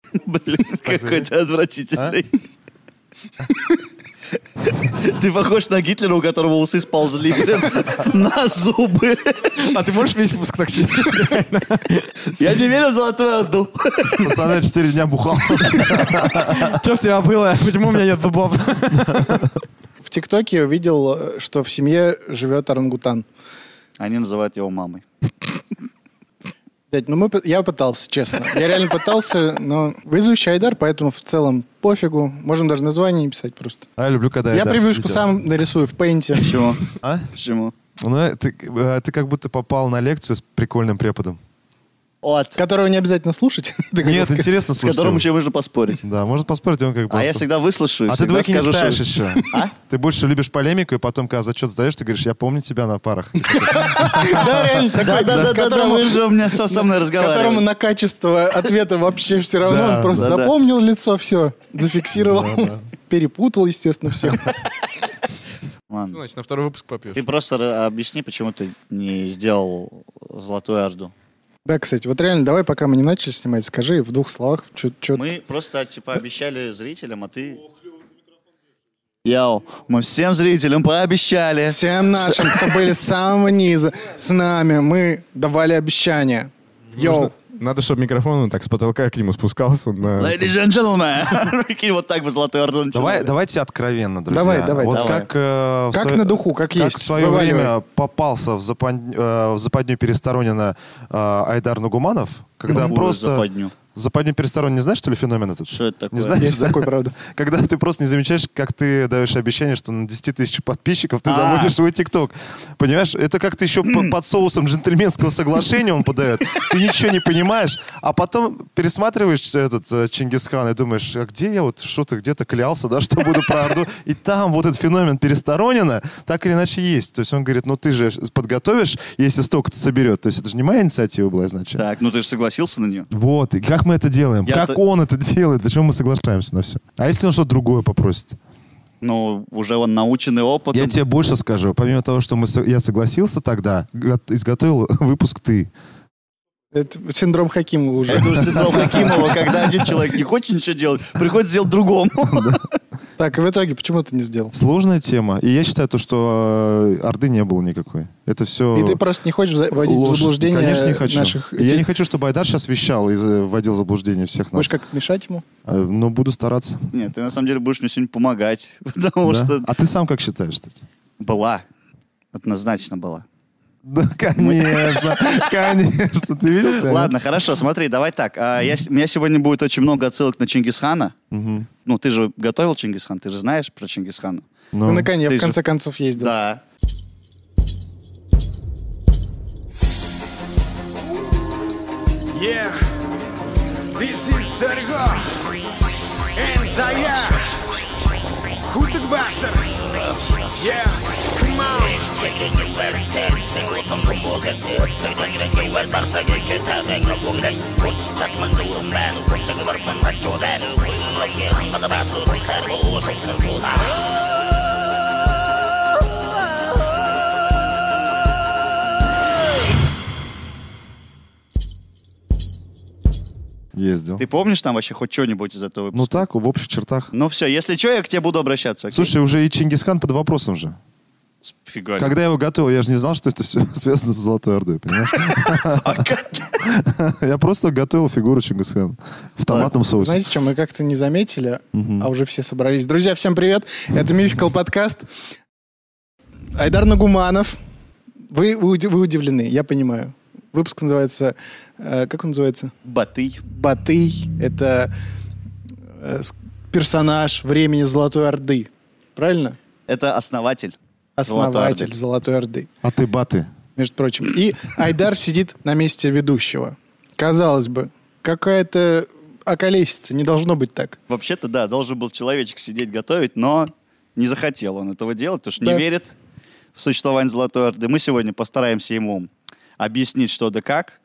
Блин, какой ты отвратительный. А? Ты похож на Гитлера, у которого усы сползли, блин, на зубы. А ты можешь весь выпуск так сидеть? Я не верю в золотую Орду. Пацаны 4 дня бухал. Что у тебя было? Почему у меня нет зубов? В ТикТоке я увидел, э, что в семье живет орангутан. Они называют его мамой. Блядь, ну мы, п- я пытался, честно. Я реально пытался, но ведущий Айдар, поэтому в целом пофигу. Можем даже название не писать просто. А я люблю, когда я Айдар превьюшку ведёт. сам нарисую в пейнте. Почему? А? Почему? Ну, э, ты, э, ты как будто попал на лекцию с прикольным преподом. От. Которого не обязательно слушать. Ты Нет, хотел сказать. интересно С слушать. которым его. еще можно поспорить. Да, можно поспорить, он как бы... А я особ- всегда выслушаю. А ты всегда двойки не скажу, что- ставишь еще. А? Ты больше любишь полемику, и потом, когда зачет сдаешь, ты говоришь, я помню тебя на парах. Да, реально, такой, Да, да, да, да, да, которому- вы же у меня со, со мной Которому разговаривали. на качество ответа вообще все равно. Да, Он просто да, да. запомнил лицо, все, зафиксировал. Перепутал, естественно, всех. Ладно. Значит, на второй выпуск попьешь. Ты просто ра- объясни, почему ты не сделал Золотую Орду. Да, кстати, вот реально, давай, пока мы не начали снимать, скажи в двух словах, что... Мы просто, типа, обещали зрителям, а ты... Яу, мы всем зрителям пообещали. Всем нашим, кто были с самого низа, с нами, мы давали обещание. Йоу, Надо, чтобы микрофон он так с потолка к нему спускался. на- Ladies and gentlemen. Прикинь, вот так бы Золотую Орду начинали. Давай, давайте откровенно, друзья. Давай, давай, Вот давай. как... э, в Как свое- на духу, как есть. в свое Вываливай. время попался в, запад- э, в западню Пересторонина э, Айдар Нугуманов, когда Какую просто... западню? Западню Пересторонина, не знаешь, что ли, феномен этот? Что это такое? Не знаешь, Есть да? такой, правда. Когда ты просто не замечаешь, как ты даешь обещание, что на 10 тысяч подписчиков ты заводишь свой ТикТок. Понимаешь, это как-то еще по- под соусом джентльменского соглашения он подает. Ты ничего не понимаешь, а потом пересматриваешь этот э, Чингисхан и думаешь, а где я вот что-то где-то клялся, да, что буду про Орду. И там вот этот феномен пересторонина так или иначе есть. То есть он говорит, ну ты же подготовишь, если столько-то соберет. То есть это же не моя инициатива была изначально. Так, ну ты же согласился на нее. Вот, и как мы это делаем? Я как то- он это делает? Почему мы соглашаемся на все? А если он что-то другое попросит? Ну, уже он наученный опытом. Я тебе больше скажу. Помимо того, что мы со- я согласился тогда, го- изготовил выпуск ты. Это синдром Хакимова уже. Это уже синдром Хакимова, когда один человек не хочет ничего делать, приходится делать другому. Так, и в итоге, почему ты не сделал? Сложная тема. И я считаю то, что э, Орды не было никакой. Это все... И ты просто не хочешь за- вводить в заблуждение Конечно, не хочу. наших... И Я не хочу, чтобы Айдар сейчас вещал и э, вводил в заблуждение всех нас. Будешь как мешать ему? Э, Но буду стараться. Нет, ты на самом деле будешь мне сегодня помогать, потому Да? что А ты сам как считаешь? кстати? была, однозначно была. Да, конечно, конечно. Ты видел? Саня? Ладно, хорошо, смотри, давай так. А, я с- у меня сегодня будет очень много отсылок на Чингисхана. Мгм. Ну, ты же готовил Чингисхан, ты же знаешь про Чингисхана. Ну. Ну, на коне, ты же- в конце концов, ездил. Да. Yeah, this is Zargo and Zaya. Who's the bastard? Yeah, come on. Ездил. Ты помнишь там вообще хоть что-нибудь из этого Ну выпуска? так, в общих чертах. Ну все, если что, я к тебе буду обращаться. окей? Слушай, уже и Чингисхан под вопросом же. Фига. Когда я его готовил, я же не знал, что это все связано с Золотой Ордой, понимаешь? Я просто готовил фигуру Чингисхана в томатном соусе. Знаете что, мы как-то не заметили, а уже все собрались. Друзья, всем привет. Это Мификал подкаст. Айдар Нагуманов. Вы, вы, уди- вы удивлены, я понимаю. Выпуск называется... э, как он называется? Батый. Батый. Это э, с- персонаж времени Золотой Орды. Правильно? Это основатель. Основатель Золотой Орды А ты баты. между прочим. И Айдар сидит на месте ведущего. Казалось бы, какая-то околесица. Не должно быть так. Вообще-то, да, должен был человечек сидеть готовить, но не захотел он этого делать, потому что Да. не верит в существование Золотой Орды. Мы сегодня постараемся ему объяснить, что да как,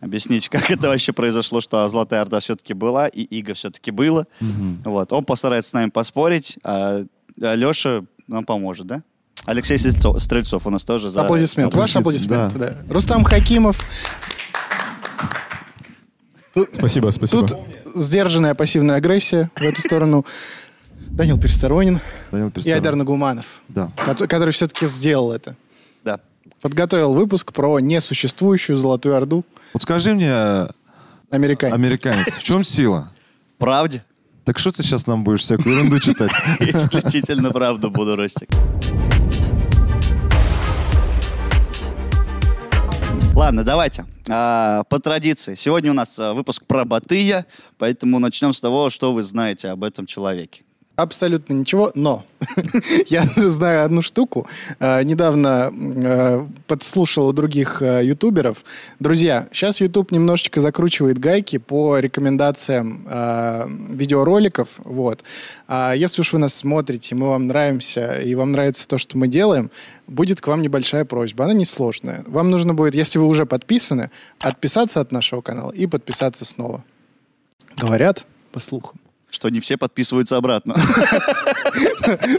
объяснить, как это вообще произошло, что Золотая Орда все-таки была, и Иго все-таки было. Вот. Он постарается с нами поспорить, а Леша нам поможет, да? Алексей Стрельцов, Стрельцов у нас тоже за... Аплодисмент. Ваш Аплодисмент, аплодисмент, да. Рустам Хакимов. Спасибо, спасибо. Тут сдержанная пассивная агрессия в эту сторону. Данил Пересторонин Данил и Перстеров. Айдар Нагуманов, Да. кото- который все-таки сделал это. Да. Подготовил выпуск про несуществующую Золотую Орду Вот скажи мне, э, американец. американец, в чем сила? Правде? Так что ты сейчас нам будешь всякую ерунду читать? Исключительно правду буду, Ростик. Ладно, давайте. А, по традиции. Сегодня у нас а, выпуск про Батыя, поэтому начнем с того, что вы знаете об этом человеке. Абсолютно ничего, но я знаю одну штуку. Э, Недавно э, подслушал у других э, ютуберов. Друзья, сейчас YouTube немножечко закручивает гайки по рекомендациям э, видеороликов. Вот. А Если уж вы нас смотрите, мы вам нравимся, и вам нравится то, что мы делаем, будет к вам небольшая просьба. Она несложная. Вам нужно будет, если вы уже подписаны, отписаться от нашего канала и подписаться снова. Говорят, по слухам. Что не все подписываются обратно.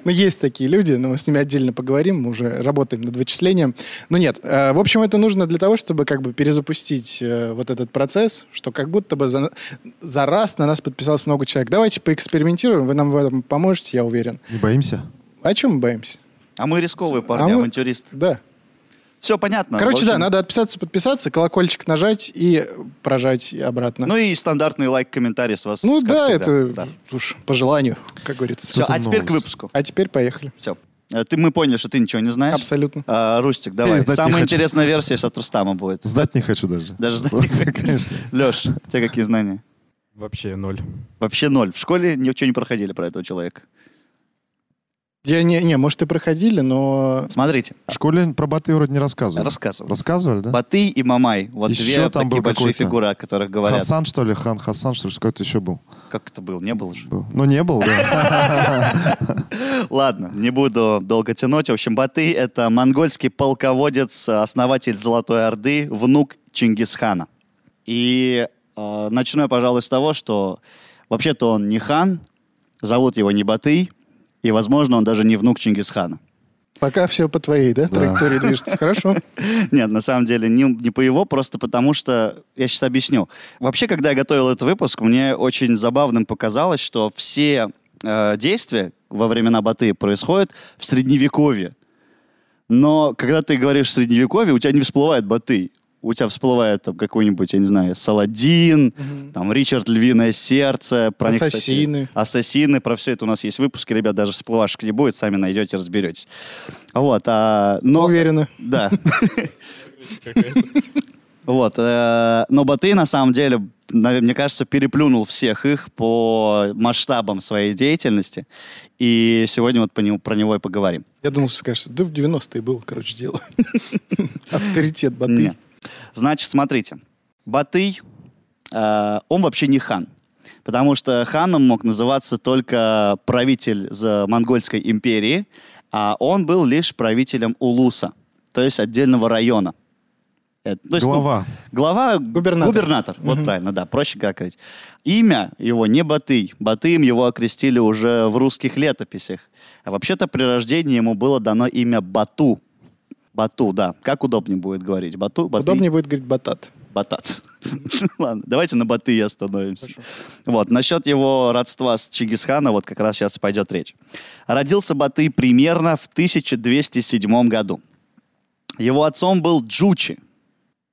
Ну, есть такие люди, но мы с ними отдельно поговорим, мы уже работаем над вычислением. Но нет, э, в общем, это нужно для того, чтобы как бы перезапустить э, вот этот процесс, что как будто бы за, на- за раз на нас подписалось много человек. Давайте поэкспериментируем, вы нам в этом поможете, я уверен. Не боимся? О чем мы боимся? А мы рисковые А парни, мы- авантюристы. Да. Все понятно. А, в Короче, общем. да, надо отписаться, подписаться, колокольчик нажать и прожать обратно. Ну и стандартный лайк, комментарий с вас. Ну как да, всегда. это Да. уж по желанию, как говорится. Все, Что-то а теперь к новость. выпуску. А теперь поехали. Все. Ты, мы поняли, что ты ничего не знаешь. Абсолютно. А, Рустик, давай. знать не Самая хочу. интересная версия сейчас от Рустама будет. Знать не хочу даже. Даже знать не Конечно. Леш, у тебя какие знания? Вообще ноль. Вообще ноль. В школе ничего не проходили про этого человека. Я не, не, может, и проходили, но Смотрите, В школе про баты вроде не рассказывали. рассказывал. Рассказывали, да? Батый и Мамай. Вот Ещё две там такие был большие какой-то. фигуры, о которых говорят. Хасан, что ли? Хан Хасан, что ли? Какой-то еще был. Как это был? Не было же. был. Ну, не был, да. Ладно, не буду долго тянуть. В общем, Батый — это монгольский полководец, э, основатель Золотой Орды, внук Чингисхана. И э, начну я, пожалуй, с того, что вообще-то он не хан, зовут его не Батый, и, возможно, он даже не внук Чингисхана. Пока все по твоей, да, траектории движется. Хорошо. Нет, на самом деле не, не по его, просто потому что я сейчас объясню. Вообще, когда я готовил этот выпуск, мне очень забавным показалось, что все э, действия во времена Баты происходят в средневековье. Но когда ты говоришь средневековье, у тебя не всплывает Баты. У тебя всплывает там какой-нибудь, я не знаю, Саладин, там Ричард Львиное Сердце, про них, кстати, Ассасины. ассасины, про все это у нас есть выпуски, ребят, даже всплывашек не будет, сами найдете, разберетесь. Вот, а, но... Уверена. Да. Вот. э, Но Баты, на самом деле, нав- мне кажется, переплюнул всех их по масштабам своей деятельности. И сегодня вот по нему- про него и поговорим. Я думал, что скажешь, да в 90-е было, короче, дело. Авторитет Не. Баты. Значит, смотрите. Батый, э, он вообще не хан. Потому что ханом мог называться только правитель за Монгольской империи, а он был лишь правителем Улуса, то есть отдельного района. Это- то есть, ну, Глава. глава Губернатор. Вот правильно, да, проще как говорить. Имя его не Батый. Батыем его окрестили уже в русских летописях. А вообще-то при рождении ему было дано имя Бату. Бату, да. Как удобнее будет говорить? Бату, Батый? Удобнее будет говорить Батат. Батат. Ладно, давайте на Баты остановимся. Вот, насчет его родства с Чингисхана, вот как раз сейчас пойдет речь. Родился Баты примерно в 1207 году. Его отцом был Джучи.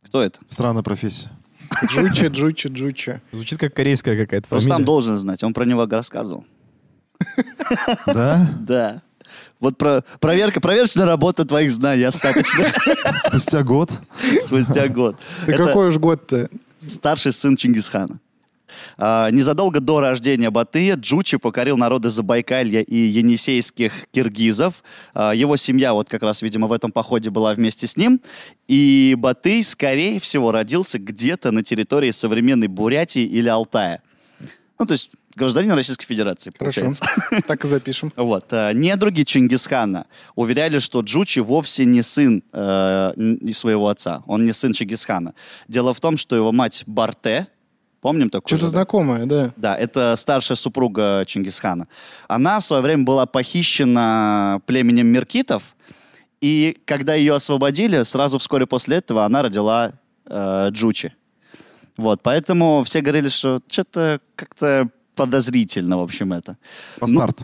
Кто это? Странная профессия. Джуча, Джуча, Джуча. Звучит как корейская какая-то Рустам фамилия. должен знать, он про него рассказывал. Да? Да. Вот про, проверка, проверочная работа твоих знаний остаточных Спустя год. спустя год. Да Это- какой уж год-то? старший сын Чингисхана. А, Незадолго до рождения Батыя Джучи покорил народы Забайкалья и енисейских киргизов. А, Его семья вот как раз, видимо, в этом походе была вместе с ним. И Батый, скорее всего, родился где-то на территории современной Бурятии или Алтая. Ну, то есть гражданин Российской Федерации, Хорошо. получается. Так и запишем. Вот. э, Недруги Чингисхана уверяли, что Джучи вовсе не сын э, н- не своего отца. Он не сын Чингисхана. Дело в том, что его мать Барте, помним такую? Что-то же, да? знакомое, да. Да, это старшая супруга Чингисхана. Она в свое время была похищена племенем меркитов, и когда ее освободили, сразу вскоре после этого она родила э, Джучи. Вот, поэтому все говорили, что что-то как-то подозрительно, в общем, это. Ну, Бастард.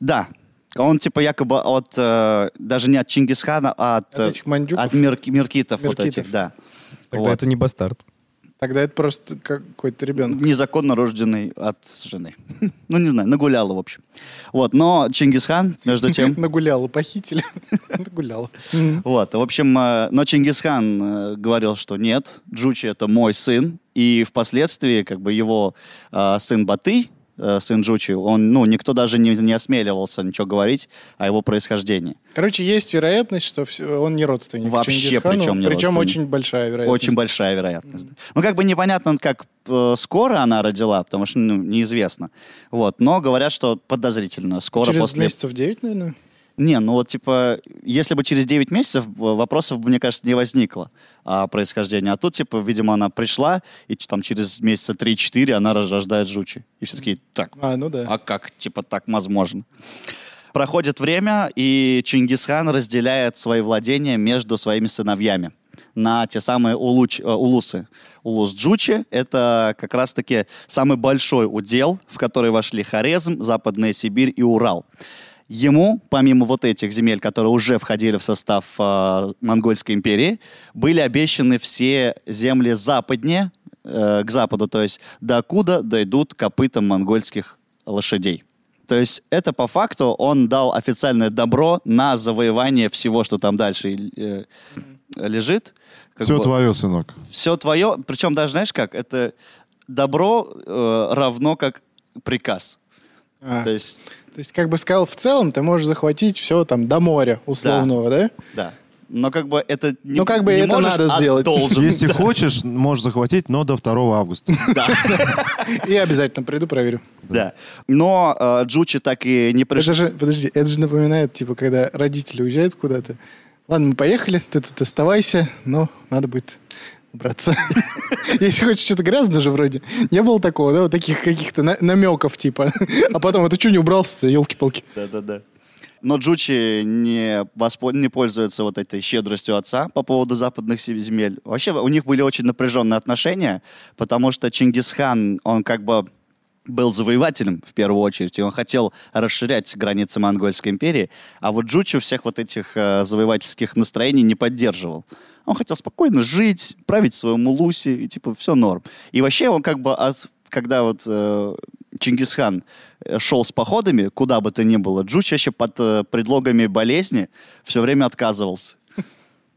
Да. Он типа якобы от, э, даже не от Чингисхана, а от, От э, этих мандюков? от мирк- меркитов, вот Меркитов. этих, да. Тогда Вот. это не бастард. Тогда это просто какой-то ребенок. Незаконно рожденный от жены. Ну, не знаю, нагуляла, в общем. Вот, но Чингисхан, между тем... Нагуляла, похитили. Нагуляла. Вот, в общем, э, но Чингисхан э, говорил, что нет, Джучи это мой сын, и впоследствии как бы его э, сын Баты, э, сын Джучи, он, ну, никто даже не, не осмеливался ничего говорить о его происхождении. Короче, есть вероятность, что всё- он не родственник Вообще, Чингисхану, причем не Причем родственник. очень большая вероятность. Очень большая вероятность. да. Ну, как бы непонятно, как э, скоро она родила, потому что ну, неизвестно. Вот, но говорят, что подозрительно, скоро Через после... месяцев 9, наверное. Не, ну вот типа, если бы через 9 месяцев э, вопросов, бы, мне кажется, не возникло о происхождении. А тут, типа, видимо, она пришла, и ч- там через месяца 3-4 она рож- рождает жучи. И все таки так, А, ну да. а как, типа, так возможно? Проходит время, и Чингисхан разделяет свои владения между своими сыновьями на те самые улуч- э, улусы. Улус Джучи — это как раз-таки самый большой удел, в который вошли Хорезм, Западная Сибирь и Урал. Ему, помимо вот этих земель, которые уже входили в состав э, Монгольской империи, были обещаны все земли западнее, э, к западу, то есть докуда дойдут копыта монгольских лошадей. То есть это по факту он дал официальное добро на завоевание всего, что там дальше э, лежит. Как Все бы- твое, сынок. все твое, причем даже знаешь как, это добро э, равно как приказ. А, То есть, То есть, как бы сказал, в целом ты можешь захватить все там до моря условного, да? да. Но как бы это не, Ну, как бы не это можешь, надо а сделать. должен. Если хочешь, можешь захватить, но до 2 августа. И обязательно приду, проверю. Да. Но э, Джучи так и не пришел. Это же, подожди, это же напоминает, типа, когда родители уезжают куда-то. Ладно, мы поехали, ты тут оставайся, но надо будет убраться. Если хочешь что-то грязное же вроде. Не было такого, да, вот таких каких-то на- намеков, типа. А потом, а ты что не убрался-то, елки-палки? Да-да-да. Но Джучи не, воспо- не пользуется вот этой щедростью отца по поводу западных се- земель. Вообще у них были очень напряженные отношения, потому что Чингисхан, он как бы был завоевателем в первую очередь, и он хотел расширять границы Монгольской империи, а вот Джучи всех вот этих э, завоевательских настроений не поддерживал. Он хотел спокойно жить, править в своем улусе, и типа все норм. И вообще он как бы от- когда вот э, Чингисхан э, шел с походами, куда бы то ни было, Джуч вообще под э, предлогами болезни все время отказывался.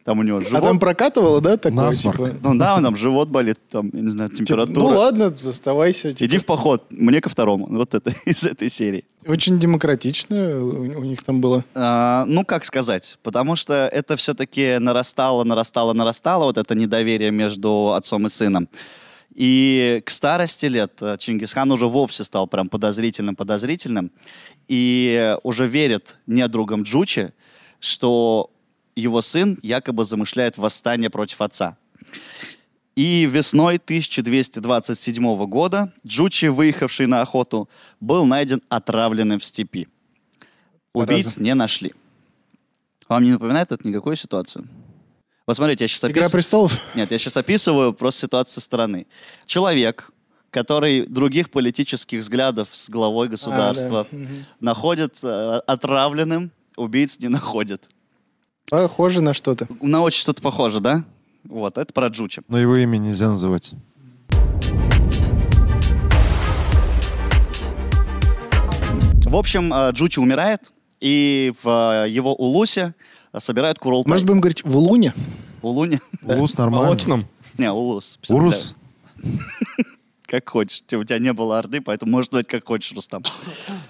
Там у него А живот... там прокатывало, да, такое, Насморк. типа? Ну да, он там живот болит, там, я не знаю, типа, температура. Ну ладно, оставайся. типа. Иди в поход, мне ко второму. Вот это из этой серии. Очень демократично у у них там было. А, ну, как сказать, потому что это все-таки нарастало, нарастало, нарастало, вот это недоверие между отцом и сыном. И к старости лет э, Чингисхан уже вовсе стал прям подозрительным-подозрительным и уже верит недругам Джучи, что его сын якобы замышляет восстание против отца. И весной 1227 года Джучи, выехавший на охоту, был найден отравленным в степи. Убийц не нашли. Вам не напоминает это никакую ситуацию? Вот смотрите, я сейчас Игра престолов. нет, я сейчас описываю просто ситуацию со стороны. Человек, который других политических взглядов с главой государства А, да. Мгм. находит э, отравленным, убийц не находит. Похоже на что-то. На очень что-то похоже, да? Вот, это про Джучи. Но его имя нельзя называть. В общем, э, Джучи умирает, и в э, его улусе э, собирают курултай. Может, будем говорить в луне? Улуни? Улус нормально. Молочном. Не, улус. Урус. Как хочешь. Те- У тебя не было орды, поэтому можешь звать как хочешь, Рустам.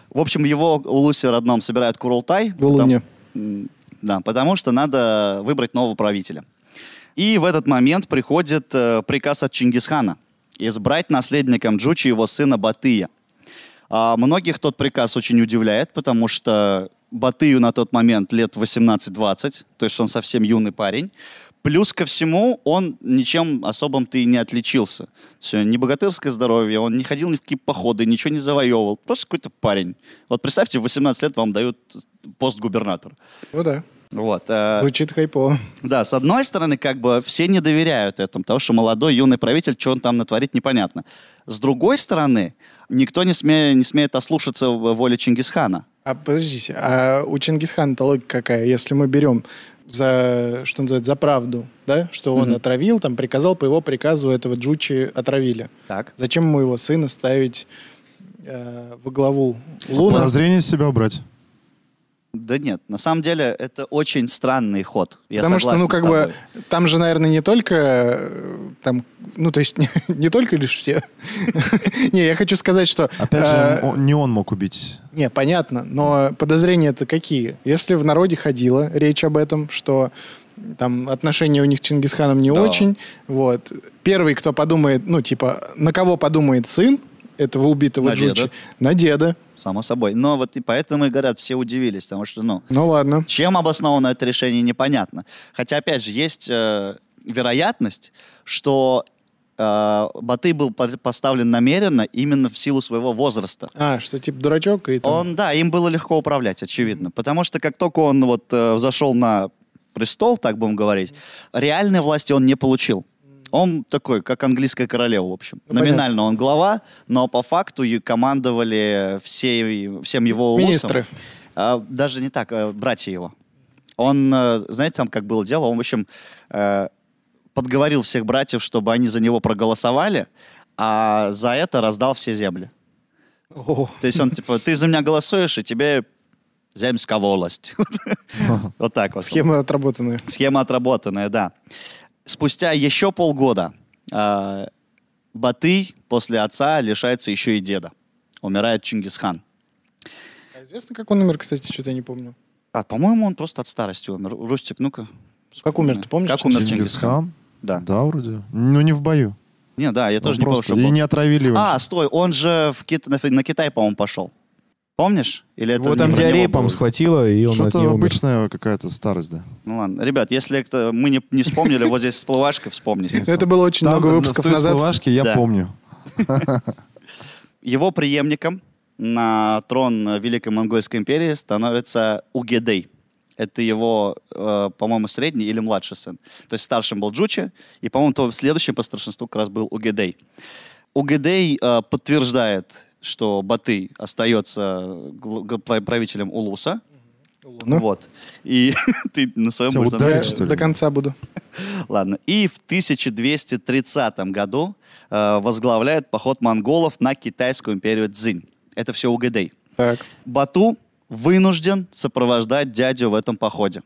В общем, в его улусе родном собирают курултай. В луне. М, Да, потому что надо выбрать нового правителя. И в этот момент приходит э, приказ от Чингисхана избрать наследником Джучи его сына Батыя. А многих тот приказ очень удивляет, потому что Батыю на тот момент лет 18-20, то есть он совсем юный парень. Плюс ко всему, он ничем особым-то и не отличился. Все, не богатырское здоровье, он не ходил ни в какие походы, ничего не завоевывал. Просто какой-то парень. Вот представьте, в 18 лет вам дают пост губернатора. Ну да. Вот. э, Звучит хайпово. Да, с одной стороны, как бы все не доверяют этому, потому что молодой юный правитель, что он там натворит, непонятно. С другой стороны, никто не, сме- не смеет ослушаться в- воли Чингисхана. А подождите, а у Чингисхана-то логика какая? Если мы берем за, что называется, за правду, да, что он отравил, там, приказал по его приказу этого Джучи отравили. Так. Зачем ему его сына ставить э, во главу Луна? Подозрение с себя убрать. Да нет, на самом деле это очень странный ход. Я Потому что, согласен ну, с как тобой. бы, там же, наверное, не только э, там, ну, то есть не, не только лишь все. Не, я хочу сказать, что... Опять э, же, он- не он мог убить. Не, понятно, но подозрения-то какие? Если в народе ходила речь об этом, что там отношения у них с Чингисханом не Да. очень, вот. Первый, кто подумает, ну, типа, на кого подумает сын этого убитого На деда. Джучи? На деда. Само собой. Но вот и поэтому и говорят, все удивились, потому что, ну, Ну, ладно. чем обосновано это решение, непонятно. Хотя, опять же, есть э, вероятность, что э, Батый был по- поставлен намеренно именно в силу своего возраста. А, что, типа, дурачок и там... Он, да, им было легко управлять, очевидно. Потому что как только он вот э, зашел на престол, так будем говорить, реальной власти он не получил. Он такой, как английская королева, в общем. Ну, Номинально он глава, но по факту и командовали всей, всем его улусом. Министры. А, даже не так, э, братья его. Он, э, знаете, там как было дело, он, в общем, э, подговорил всех братьев, чтобы они за него проголосовали, а за это раздал все земли. О, То есть он типа, ты за меня голосуешь, и тебе земская волость. Вот так вот. Схема отработанная. Схема отработанная, да. Спустя еще полгода э, Батый после отца лишается еще и деда. Умирает Чингисхан. А известно, как он умер, кстати, что-то я не помню. А, по-моему, он просто от старости умер. Рустик, ну-ка. Как умер, ты помнишь? Как умер Чингисхан? Да. Да. вроде. Ну, не в бою. Не, да, я Он тоже не помню, Ну, просто- что И был. не отравили его. А, стой, он же в Кит- на, Фи- на Китай, по-моему, пошел. Помнишь? Или это Его не там про диарея, него по-моему, было? схватила, и он от нее Что-то умер. обычная какая-то старость, да. Ну ладно. Ребят, если кто- мы не, не вспомнили, вот здесь всплывашка вспомните. Ну, Это было очень Там, много э, выпусков в той назад. Словашке я Да. помню. Его преемником на трон э, Великой Монгольской империи становится Угедей. Это его, э, по-моему, средний или младший сын. То есть старшим был Джучи, и, по-моему, то следующим по старшинству как раз был Угедей. Угедей э, подтверждает, что Батый остается гл- г- пла- правителем Улуса. Ну. Вот. И ты на своем... Тебя будешь ударит, там- Я что ли? до конца буду. Ладно. И в 1230 году э, возглавляет поход монголов на китайскую империю Цзинь. Это все Угадей. Так. Бату вынужден сопровождать дядю в этом походе.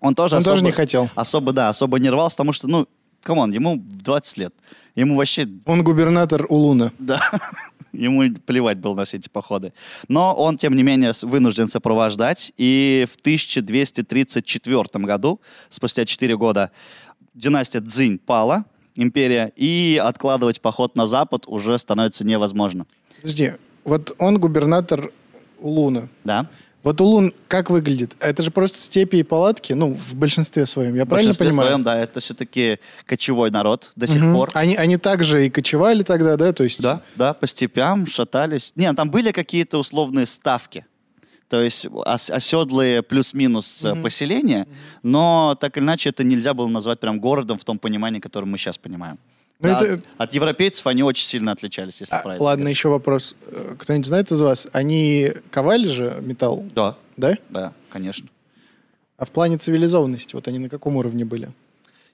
Он тоже, Он особо, тоже не хотел. Особо, да, особо не рвался, потому что, ну, камон, ему 20 лет. Ему вообще Он губернатор Улуна. да. Ему и плевать было на все эти походы. Но он, тем не менее, с- вынужден сопровождать. И в 1234 году, спустя 4 года, династия Цзинь пала, империя, и откладывать поход на запад уже становится невозможно. Подожди, вот он губернатор Улуна. Да? Вот Улун как выглядит? Это же просто степи и палатки, ну, в большинстве своем, я правильно в большинстве понимаю? своем, да, это все-таки кочевой народ до сих Мгм. пор. Они, они также и кочевали тогда, да? То есть Да, да, по степям шатались. Не, там были какие-то условные ставки. То есть ос- оседлые плюс-минус э, поселения, но так или иначе это нельзя было назвать прям городом в том понимании, которое мы сейчас понимаем. Ну, Да, это- от, от европейцев они очень сильно отличались, если А, правильно. ладно, говорить. еще вопрос. Э, Кто-нибудь знает из вас? Они ковали же металл, Да, да? да, конечно. А в плане цивилизованности, вот они на каком уровне были?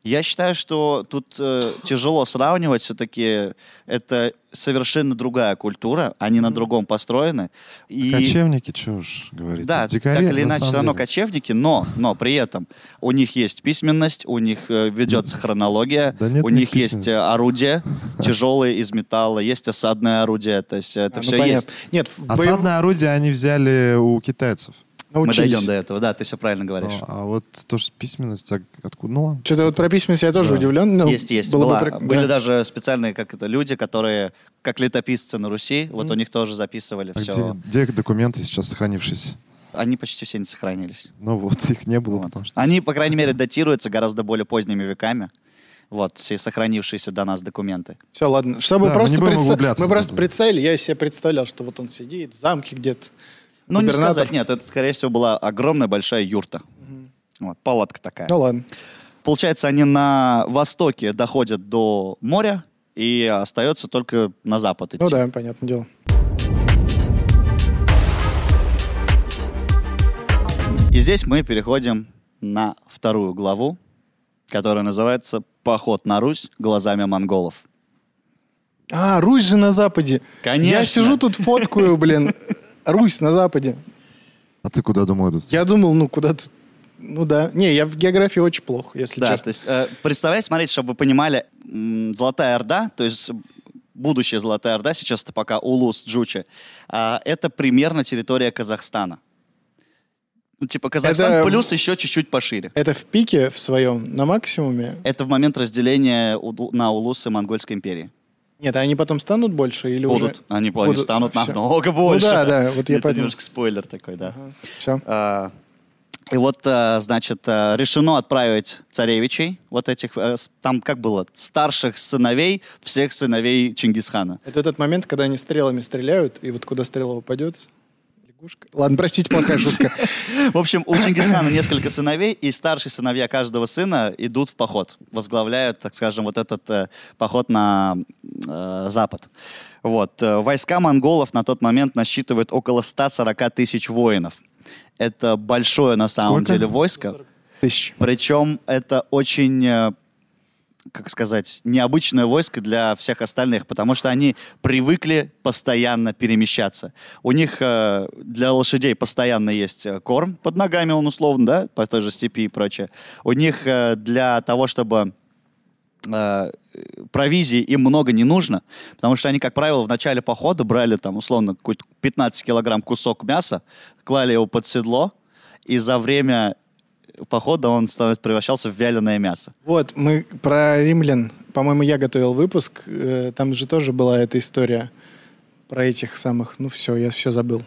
Я считаю, что тут э, тяжело сравнивать, все-таки это совершенно другая культура, они на другом построены. И... а Кочевники, что уж говорить. Да, Дикари, так или «Ну, на иначе, самом все равно деле. кочевники, но, но при этом у них есть письменность, у них э, ведется хронология, Да нет у у них них есть э, письменности. орудия тяжелые из металла, есть осадное орудие, то есть э, это А, ну, все понятно. есть. Нет, в боев- Осадное орудие они взяли у китайцев. Мы научились. дойдем до этого, да, ты все правильно говоришь. Ну, А вот то, что письменность, а откуда? Ну, ладно. Что-то вот про письменность я тоже удивлен. ну, но есть, есть, было бы была. прик- Были да. даже специальные как это, люди, которые, как летописцы на Руси, вот у них тоже записывали А все. где, где документы сейчас сохранившиеся? Они почти все не сохранились. Ну вот, их не было, Вот. потому что... Они, по крайней мере, датируются гораздо более поздними веками. Вот, все сохранившиеся до нас документы. Все, ладно. Чтобы Да, мы просто не будем предста- углубляться мы в просто это. представили, я себе представлял, что вот он сидит в замке где-то. Ну, не Губернатор. сказать, нет, это, скорее всего, была огромная большая юрта. Вот, палатка такая. Ну ладно. Получается, они на востоке доходят до моря и остается только на запад идти. Ну да, понятное дело. И здесь мы переходим на вторую главу, которая называется «Поход на Русь глазами монголов». А, Русь же на Западе. Конечно. Я сижу тут, фоткаю, блин. Русь на Западе. А ты куда думал этот? Я думал, ну куда-то... Ну да. Не, я в географии очень плохо, если Да, то честно. есть, э, представляете, смотрите, чтобы вы понимали, м, Золотая Орда, то есть будущее Золотая Орда, сейчас это пока Улус, Джучи, а, это примерно территория Казахстана. Ну, типа Казахстан Это- плюс еще чуть-чуть пошире. Это в пике в своем, на максимуме. Это в момент разделения Уду- на Улус и Монгольской империи. Нет, а они потом станут больше или Будут, уже... они, они Будут, станут всё. Ну намного больше. да, да, вот я Это поэтому- немножко спойлер такой, да. Все. А, И вот, а, значит, а, решено отправить царевичей, вот этих, э, с- там как было, старших сыновей, всех сыновей Чингисхана. Это тот момент, когда они стрелами стреляют, и вот куда стрела упадет... Лягушка. Ладно, простите, плохая шутка. В общем, у Чингисхана несколько сыновей, и старшие сыновья каждого сына идут в поход, возглавляют, так скажем, вот этот э, поход на э, запад. Вот. э, Войска монголов на тот момент насчитывают около 140 тысяч воинов. Это большое на самом Сколько? деле войско. Тысяч. Причем это очень, э, как сказать, необычное войско для всех остальных, потому что они привыкли постоянно перемещаться. У них э, для лошадей постоянно есть э, корм под ногами, он условно, да, по той же степи и прочее. У них э, для того, чтобы э, провизии им много не нужно, потому что они, как правило, в начале похода брали там, условно, какой-то 15 килограмм кусок мяса, клали его под седло, и за время похода он становится, превращался в вяленое мясо. Вот, мы про римлян. По-моему, я готовил выпуск. э, Там же тоже была эта история про этих самых... Ну все, я все забыл.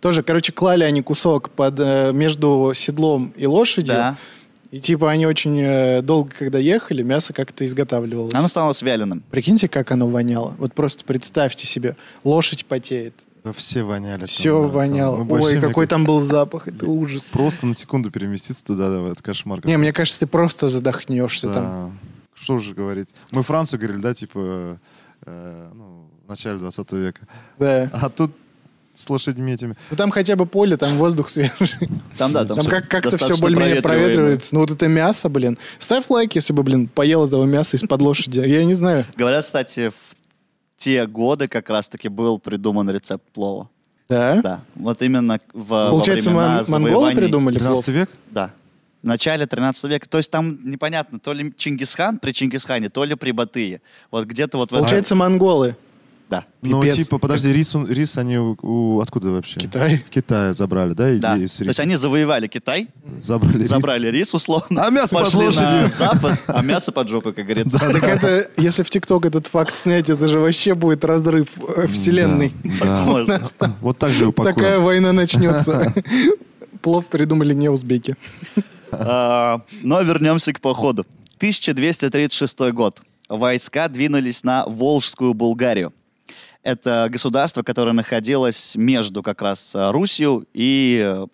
Тоже, короче, клали они кусок под, э, между седлом и лошадью. Да. И типа они очень э, долго, когда ехали, мясо как-то изготавливалось. Оно становилось вяленым. Прикиньте, как оно воняло. Вот просто представьте себе, лошадь потеет. Да все воняли. Все воняло. Ой, какой там был запах. Это ужас. Просто на секунду переместиться туда, да, это кошмар. Не, мне кажется, ты просто задохнешься там. Да. Что уже говорить? Мы Францию говорили, да, типа, э, ну, в начале 20 века. Да. А тут с лошадьми этими. Ну там хотя бы поле, там воздух свежий. Там, да, там, Там всё как- как-то все достаточно более-менее проветриваемо. проветривается. Ну вот это мясо, блин. Ставь лайк, если бы, блин, поел этого мяса из-под лошади. Я не знаю. Говорят, кстати, в те годы как раз-таки был придуман рецепт плова. Да? Да, вот именно в, во Получается, времена мон- монголы завоеваний. придумали плов? 13 век? Да. В начале 13 века. То есть там непонятно, то ли Чингисхан при Чингисхане, то ли при Батые. Вот где-то вот в этом- Получается, монголы. Да. Ну, Пипец. типа, подожди, рис, он- рис они у, у- откуда вообще? Китай. В Китае забрали, да? и- да. и То есть с рисом. они завоевали Китай, забрали рис. забрали рис условно. А мясо под пошли на лошадью. запад, а мясо под жопу, как говорится. Так это, если в ТикТок этот факт снять, это же вообще будет разрыв э, вселенной. Возможно. Вот так же Такая упакуем. война начнется. Плов придумали не узбеки. А, Но вернемся к походу. 1236 год. Войска двинулись на Волжскую Булгарию. Это государство, которое находилось между как раз э, Русью и э,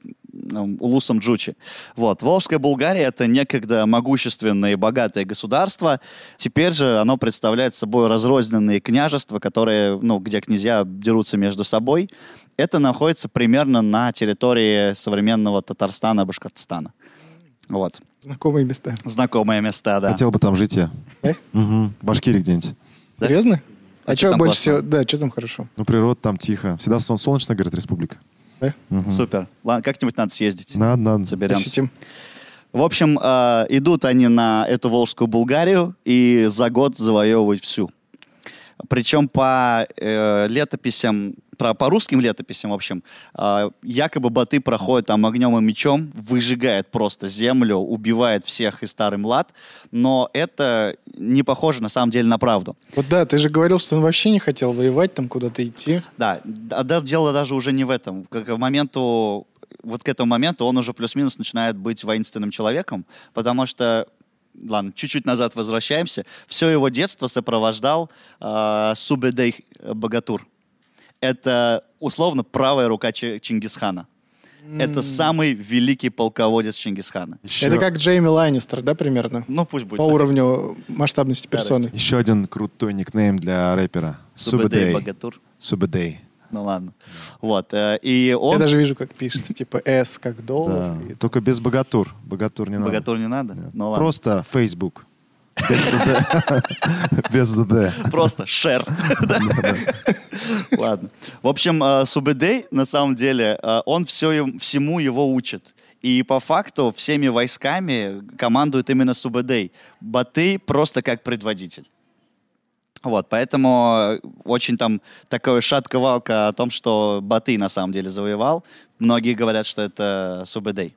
м, Улусом Джучи. Вот. Волжская Булгария — это некогда могущественное и богатое государство. Теперь же оно представляет собой разрозненные княжества, которые, ну, где князья дерутся между собой. Это находится примерно на территории современного Татарстана и Башкортостана. Вот. Знакомые места. Знакомые места, да. Хотел бы там жить я. Э? Мгм. В Башкирии где-нибудь. Да. Серьезно? А А, чё что там больше классного? всего? Да, что там хорошо? Ну, природа там тихо. Всегда сон солнечно, говорит, республика. Да? Супер. Ладно, как-нибудь надо съездить. Надо, надо. Соберемся. Ощутим. В общем, э, идут они на эту Волжскую Булгарию и за год завоевывают всю. Причем по э, летописям, про, по русским летописям, в общем, э, якобы Баты проходит там огнем и мечом, выжигает просто землю, убивает всех и старый млад, но это не похоже на самом деле на правду. Вот да, ты же говорил, что он вообще не хотел воевать, там куда-то идти. Да, да, да, дело даже уже не в этом. К, к моменту, вот к этому моменту он уже плюс-минус начинает быть воинственным человеком, потому что, ладно, чуть-чуть назад возвращаемся, все его детство сопровождал э, Субедей Богатур. Это, условно, правая рука Чи- Чингисхана. это самый великий полководец Чингисхана. Это как Джейми Лайнистер, да, примерно? Ну, пусть будет. По так. уровню масштабности персоны. Еще один крутой никнейм для рэпера. Субэдэй Субэдэй. Богатур. Субэдэй. Ну ладно. Вот. э, И Я он... даже вижу, как пишется, типа S как доллар. Да. И- Только без богатур. Богатур не надо. Богатур не надо? Ну ладно. Просто Facebook. Без ЗД. Без ЗД. Просто шер. Да. Ладно. В общем, э, Субэдэй, на самом деле, э, он все, всему его учит. И по факту всеми войсками командует именно Субэдэй. Батый просто как предводитель. Вот, поэтому э, очень там такое шатковалка о том, что Батый на самом деле завоевал. Многие говорят, что это Субэдэй.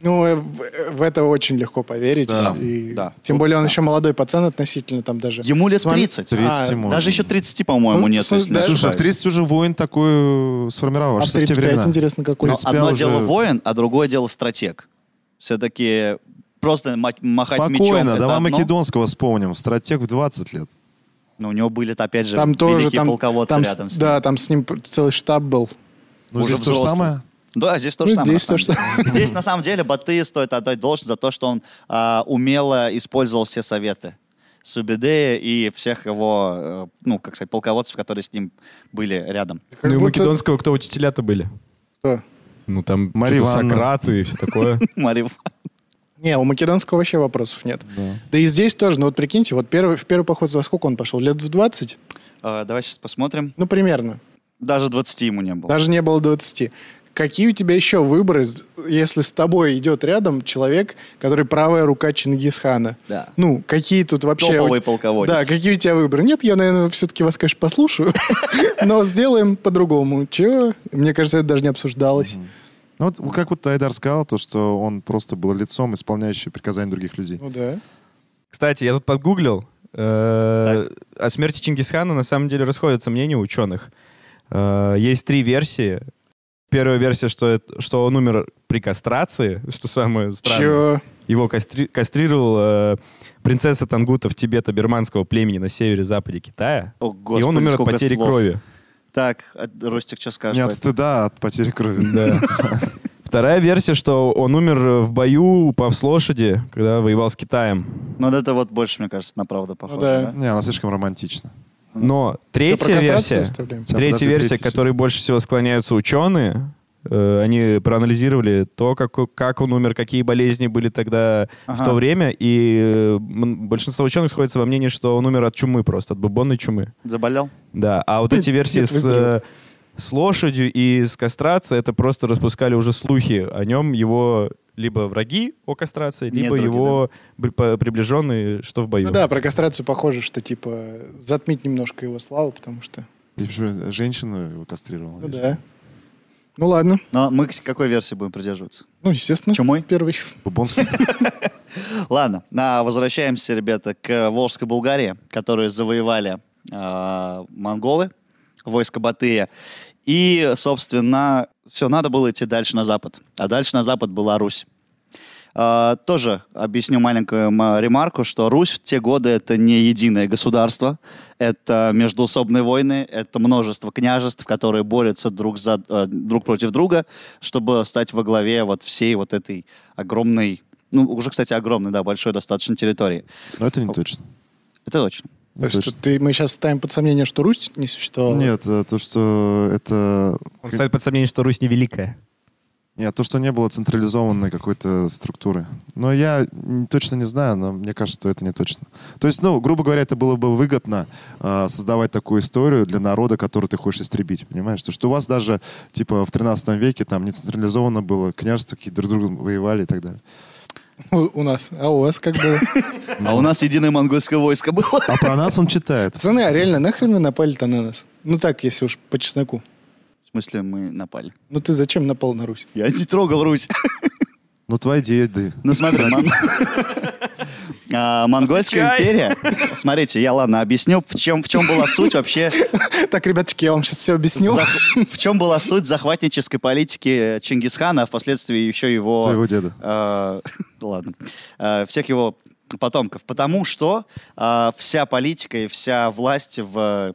Ну, э, в э, в это очень легко поверить. Да, И да. Тем более он еще молодой пацан относительно там даже. Ему лет С вами- 30. 30 ему. Даже еще 30, по-моему, Ну, нет. слушай, если не да. Слушай, а в ошибаюсь. 30 уже воин такой э, А в сформировался в те 35 времена. интересно, какой. Ну, он. а- Одно Тебя дело уже- воин, а другое дело стратег. Все-таки просто ма- махать мечом. Спокойно, это давай одно. Македонского вспомним. Стратег в 20 лет. Но у него были, опять же, Там тоже великие там, полководцы там с- рядом с ним. Да, там с ним целый штаб был. Ну, Уже здесь то же взрослый. самое. Да, здесь то же Ну, самое. здесь на то же самом деле. Здесь, на самом деле, Батыя стоит отдать должность за то, что он а, умело использовал все советы Субидея и всех его, э, ну, как сказать, полководцев, которые с ним были рядом. Как Ну и будто- македонского кто учителя-то были? Кто? Ну там Мария что-то Ивановна. Сократ и все такое. Марив. Не, у македонского вообще вопросов нет. Да и здесь тоже. Ну вот прикиньте, вот первый, в первый поход во сколько он пошел? Лет в 20? Э, давай сейчас посмотрим. Ну, примерно. Даже 20 ему не было. Даже не было 20. Какие у тебя еще выборы, с- если с тобой идет рядом человек, который правая рука Чингисхана? Да. Ну, какие тут вообще... Топовый у те- полководец. Да, какие у тебя выборы? Нет, я, наверное, все-таки вас, конечно, послушаю, но сделаем по-другому. Чего? Мне кажется, это даже не обсуждалось. Ну, вот как вот Айдар сказал, то, что он просто был лицом, исполняющим приказания других людей. Ну да. Кстати, я тут подгуглил. э, О смерти Чингисхана на самом деле расходятся мнения ученых. Э, Есть три версии. Первая версия, что, это- что он умер при кастрации, что самое странное. Чего? Его кастри- кастрировала э, принцесса Тангутов Тибета бирманского племени на севере-западе Китая. О, и он Господи, умер от сколько потери слов. крови. Так, э, Ростик, что скажешь? Не по от стыда, а от потери крови. Да. Вторая версия, что он умер э, в бою, упав с лошади, когда воевал с Китаем. Ну, вот это вот больше, мне кажется, на правду похоже. да. да? Не, она слишком романтична. Но Чё, про третья кастрацию версия... оставляем? Всё, Третья подожди, версия, третья к которой больше всего склоняются ученые, э, они проанализировали то, как, как он умер, какие болезни были тогда Ага. в то время, и э, м, большинство ученых сходятся во мнении, что он умер от чумы просто, от бубонной чумы. Заболел? Да, а вот эти версии нет, вы с, здоровы. э, с лошадью и с кастрацией, это просто распускали уже слухи о нем, его либо враги о кастрации, либо Недруги, его бри- по- приближенные, что в бою. Ну да, про кастрацию похоже, что типа затмить немножко его славу, потому что... И почему женщину его кастрировала? Ну да. Ну ладно. Но мы к какой версии будем придерживаться? Ну, естественно. Чумой? Первый. Бубонский. Ладно, на, возвращаемся, ребята, к Волжской Булгарии, которую завоевали э, монголы, войско Батыя. И, собственно, все, надо было идти дальше на запад. А дальше на запад была Русь. Э, тоже объясню маленькую м, ремарку, что Русь в те годы это не единое государство, это междуусобные войны, это множество княжеств, которые борются друг, за, э, друг против друга, чтобы стать во главе вот всей вот этой огромной, ну уже, кстати, огромной, да, большой достаточно территории. Но это не точно. Это точно. Не Так А что точно. ты, мы сейчас ставим под сомнение, что Русь не существовала. Нет, э, то, что это... Он ставит под сомнение, что Русь невеликая. Нет, то, что не было централизованной какой-то структуры. Но я н- точно не знаю, но мне кажется, что это не точно. То есть, ну, грубо говоря, это было бы выгодно э, создавать такую историю для народа, который ты хочешь истребить, понимаешь? То, что у вас даже, типа, в 13 веке там не централизовано было, княжества какие друг с другом воевали и так далее. У, у нас. А у вас как было? А у нас единое монгольское войско было. А про нас он читает. Пацаны, а реально, нахрен вы напали-то на нас? Ну так, если уж по чесноку. В смысле, мы напали. Ну ты зачем напал на Русь? Я не трогал Русь. Ну, твои деды. Ну смотри, мон- А, Монгольская империя. Смотрите, я ладно объясню, в чем, в чем была суть вообще, Так, ребяточки, я вам сейчас все объясню. зах- в чем была суть захватнической политики Чингисхана, а впоследствии еще его... Твоего деда. э, ладно. э, всех его а, потомков. Потому что э, вся политика и вся власть в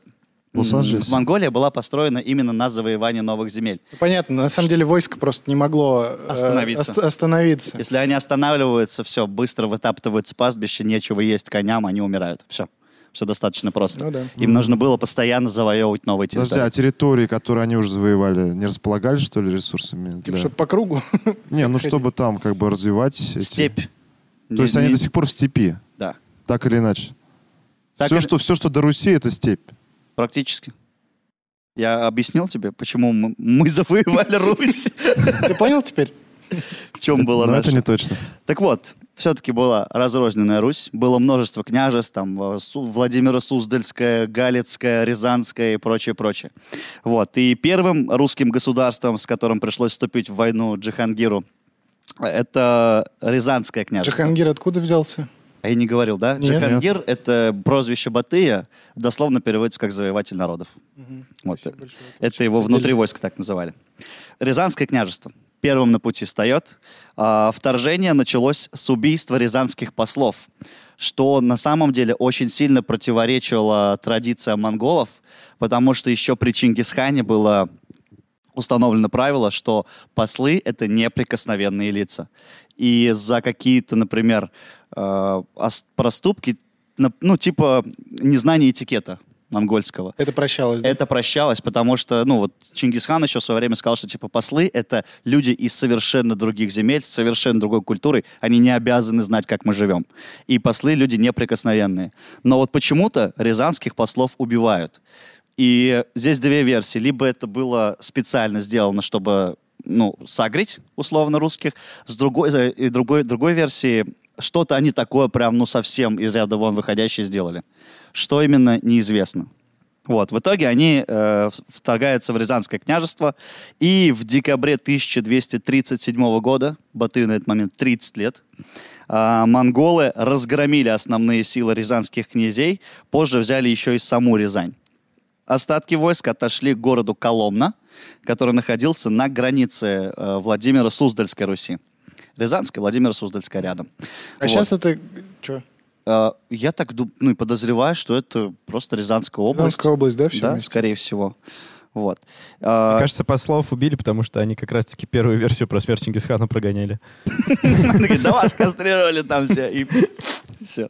Лос-Анджелес. М, Монголия была построена именно на завоевании новых земель. Понятно, на самом деле войско просто не могло э, Остановиться. ост- остановиться. Типа, Если они останавливаются, все, быстро вытаптываются пастбище, нечего есть коням, они умирают. Все. Все достаточно просто. Ну да. Им нужно было постоянно завоевывать новые территории. Подожди, а территории, которые они уже завоевали, не располагали, что ли, ресурсами? Типа, для- чтоб по кругу. Не, ну чтобы там как бы развивать... эти- Степь. То есть они до сих пор в степи, Да, так или иначе. Так все, или- что, все, что до Руси, это степь. практически. Я объяснил тебе, почему мы, мы завоевали Русь, Ты понял теперь? в чем было Но это наше. не точно. Так вот, все-таки была разрозненная Русь, было множество княжеств, там э, Су- Владимира Суздальская, Галицкая, Рязанская и прочее, прочее. Вот. И первым русским государством, с которым пришлось вступить в войну Джихангиру, э, это Рязанское княжество. Джахангир откуда взялся? А я не говорил, да? Нет. Джихангир — это прозвище Батыя, дословно переводится как «завоеватель народов». Вот. Спасибо большое. Это его внутри войск так называли. Рязанское княжество первым на пути встает. А, Вторжение началось с убийства рязанских послов, что на самом деле очень сильно противоречило традициям монголов, потому что еще при Чингисхане было установлено правило, что послы — это неприкосновенные лица. И за какие-то, например, э, ос- проступки, нап- ну, типа незнание этикета монгольского, Это прощалось, да? это прощалось, потому что, ну, вот Чингисхан еще в свое время сказал, что, типа, послы — это люди из совершенно других земель, с совершенно другой культурой, они не обязаны знать, как мы живем. И послы — люди неприкосновенные. Но вот почему-то рязанских послов убивают. И здесь две версии. Либо это было специально сделано, чтобы, ну, сагрить, условно, русских. С другой, э, и другой, другой версии, что-то они такое прям, ну, совсем из ряда вон выходящее сделали. Что именно, неизвестно. Вот, в итоге они э, в- вторгаются в Рязанское княжество, и в декабре 1237 года, Батыю на этот момент 30 лет, а, монголы разгромили основные силы рязанских князей, позже взяли еще и саму Рязань. Остатки войск отошли к городу Коломна, который находился на границе э, Владимира Суздальской Руси. Рязанская, Владимир Суздальская рядом. А сейчас это... Что? Э, я так дум- ну, и подозреваю, что это просто Рязанская область. Рязанская область, да, все Да, вместе? скорее всего. Вот. Мне А, Кажется, послов убили, потому что они как раз-таки первую версию про смерть Чингисхана прогоняли. такие, да вас кастрировали там все. И все.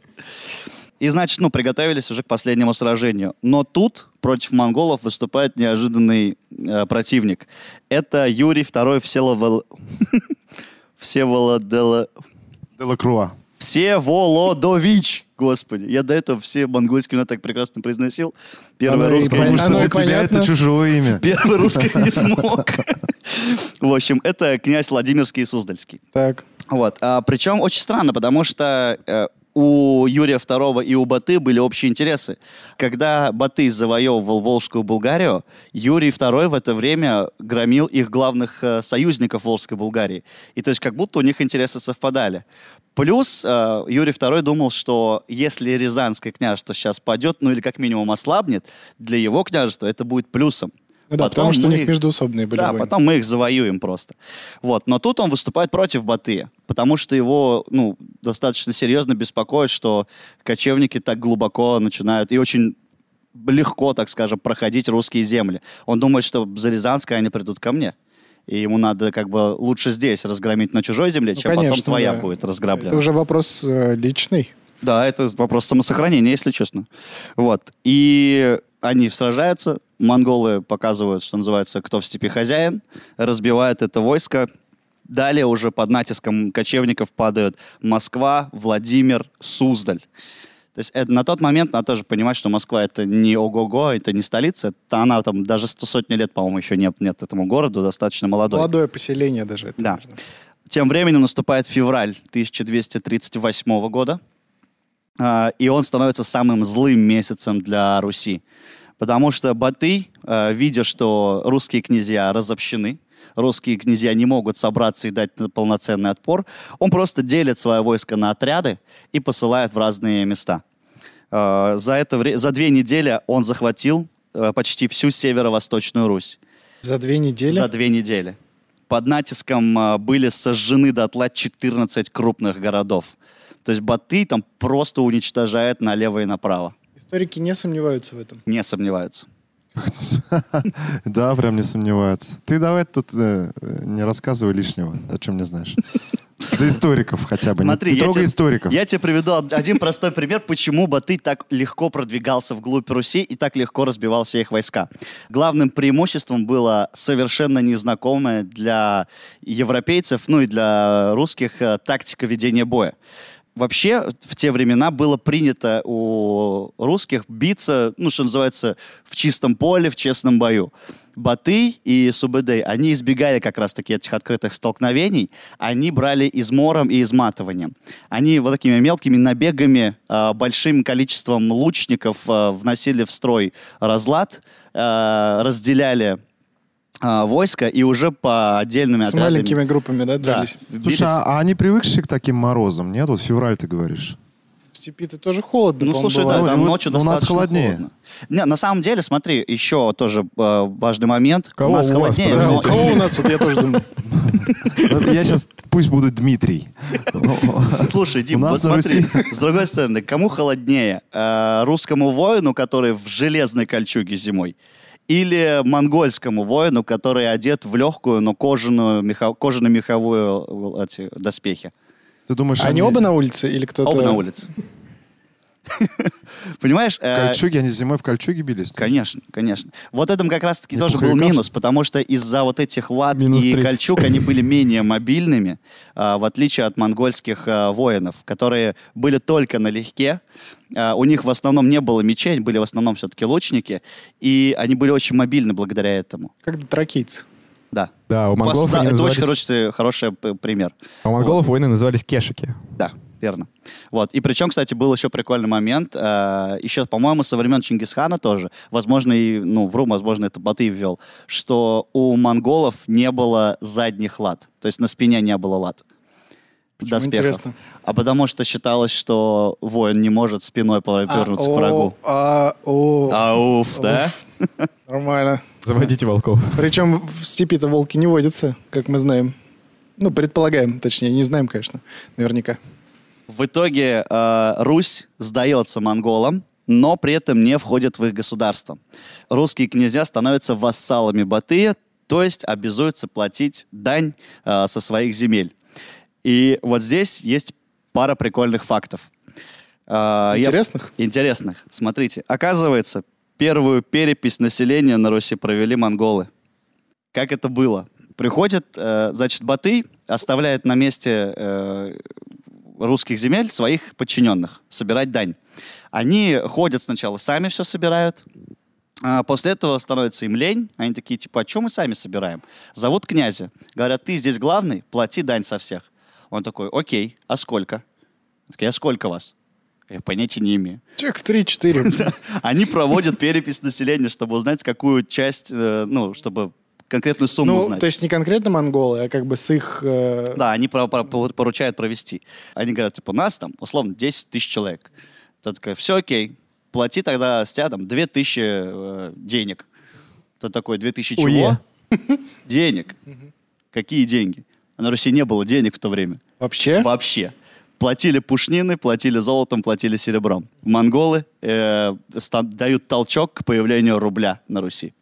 И, значит, ну, приготовились уже к последнему сражению. Но тут против монголов выступает неожиданный э, противник. Это Юрий II Всеволод... Всеволодела... Делакруа. Всеволодович, господи. Я до этого все монгольские имена так прекрасно произносил. Первое Оно и русское понятно. имя, что Потому что Оно ну, ну для и тебя понятно. это чужое имя. Первый русский не смог. В общем, это князь Владимирский и Суздальский. Так. Вот. а, причем очень странно, потому что э, у Юрия II и у Баты были общие интересы. Когда Баты завоевывал Волжскую Булгарию, Юрий II в это время громил их главных э, союзников Волжской Булгарии. И то есть как будто у них интересы совпадали. Плюс э, Юрий II думал, что если Рязанское княжество сейчас падет, ну или как минимум ослабнет, для его княжества это будет плюсом. Ну да, Потом потому что у мы них их- междоусобные были да, войны. потом мы их завоюем просто. Вот. Но тут он выступает против Батыя, потому что его ну, достаточно серьезно беспокоит, что кочевники так глубоко начинают и очень легко, так скажем, проходить русские земли. Он думает, что за Рязанское они придут ко мне. И ему надо как бы лучше здесь разгромить на чужой земле, Ну, чем потом конечно, твоя да. будет разграблена. Это уже вопрос э, личный. Да, это вопрос самосохранения, если честно. Вот. И они сражаются, монголы показывают, что называется, кто в степи хозяин, разбивают это войско. Далее уже под натиском кочевников падают Москва, Владимир, Суздаль. То есть это, на тот момент надо тоже понимать, что Москва это не ого-го, это не столица. Это она там даже сто сотни лет, по-моему, еще нет, нет этому городу, достаточно молодой. Молодое поселение даже. Это, Да. наверное. Тем временем наступает февраль 1238 года, а, и он становится самым злым месяцем для Руси. Потому что Батый, а, видя, что русские князья разобщены, русские князья не могут собраться и дать полноценный отпор, он просто делит свое войско на отряды и посылает в разные места. Э, За, это, вре- за две недели он захватил э, почти всю северо-восточную Русь. За две недели? За две недели. Под натиском а, были сожжены дотла 14 крупных городов. То есть Баты там просто уничтожает налево и направо. Историки не сомневаются в этом. Не сомневаются. Да, прям не сомневается. Ты давай тут э, не рассказывай лишнего, о чем не знаешь. За историков хотя бы. Не- Смотри, не я, трогай тебе, историков. я тебе приведу од- один простой пример, почему Баты так легко продвигался вглубь Руси и так легко разбивал все их войска. Главным преимуществом было совершенно незнакомое для европейцев, ну и для русских, э, тактика ведения боя. Вообще, в те времена было принято у русских биться, ну, что называется, в чистом поле, в честном бою. Баты и Субэдэй, они избегали как раз-таки этих открытых столкновений, они брали измором и изматыванием. Они вот такими мелкими набегами, э, большим количеством лучников э, вносили в строй разлад, э, разделяли э, войско и уже по отдельными С отрядами. маленькими группами, да, да, дрались? бились. Слушай, а, а они привыкшие к таким морозам, нет? Вот февраль ты говоришь. В степи-то тоже холодно, Ну, по-моему, слушай, бывает. да, там Ну, ночью у нас достаточно холоднее. холодно. Не, на самом деле, смотри, еще тоже э, важный момент. Кого у нас у вас, холоднее. Да, но- у кого А, у нас, вот я тоже думаю. Я сейчас пусть буду Дмитрий. Слушай, Дим, У нас вот на смотри, Руси. с другой стороны, кому холоднее? Э, Русскому воину, который в железной кольчуге зимой, или монгольскому воину, который одет в легкую, но кожаную, меха- кожано-меховую э, эти, доспехи? Ты думаешь, Они оба на улице или кто-то? Оба на улице. Понимаешь? э, Кольчуги, они зимой в кольчуге бились? Конечно, конечно. Вот этом как раз-таки На тоже был пуховиках? минус, потому что из-за вот этих лад Минус и 30. кольчуг они были менее мобильными, а, в отличие от монгольских а, воинов, которые были только налегке. А, У них в основном не было мечей, были в основном все-таки лучники, и они были очень мобильны благодаря этому. Как тракийцы. Да. Да, у монголов Пос- да, они это очень назывались- хороший, хороший п- пример. а у монголов войны назывались кешики. Да, верно. Вот. И причем, кстати, был еще прикольный момент. э, еще, по-моему, со времен Чингисхана тоже. Возможно, и, ну, вру, возможно, это Баты ввел, что у монголов не было задних лад. То есть на спине не было лад. Доспехов. интересно? А потому что считалось, что воин не может спиной повернуться к А, врагу. о, а, о, Ауф, да? Нормально. Заводите волков. Причем в степи-то волки не водятся, как мы знаем. Ну, предполагаем, точнее, не знаем, конечно, наверняка. В итоге э, Русь сдается монголам, но при этом не входит в их государство. Русские князья становятся вассалами Батыя, то есть обязуются платить дань э, со своих земель. И вот здесь есть пара прикольных фактов. Э, я- Интересных? Интересных. Смотрите, оказывается, первую перепись населения на Руси провели монголы. Как это было? Приходит, э, значит, Батый оставляет на месте э, русских земель своих подчиненных собирать дань. Они ходят сначала, сами все собирают. А после этого становится им лень. Они такие, типа, а что мы сами собираем? Зовут князя. Говорят, ты здесь главный, плати дань со всех. Он такой, окей, а сколько? Я такой, а сколько вас? Я понятия не имею. Человек 3-4. Они проводят перепись населения, чтобы узнать, какую часть, э, ну, чтобы конкретную сумму Ну, узнать. то есть не конкретно монголы, а как бы с их... э, Да, они про- про- по- поручают провести. Они говорят, типа, нас там, условно, 10 тысяч человек. Тот такой, все окей, плати тогда с тебя там 2 тысячи э, денег. Тот такой, 2 тысячи чего? Уе. Денег. Какие деньги? На Руси не было денег в то время. Вообще? Вообще. Платили пушнины, платили золотом, платили серебром. Монголы э, ста- дают толчок к появлению рубля на Руси.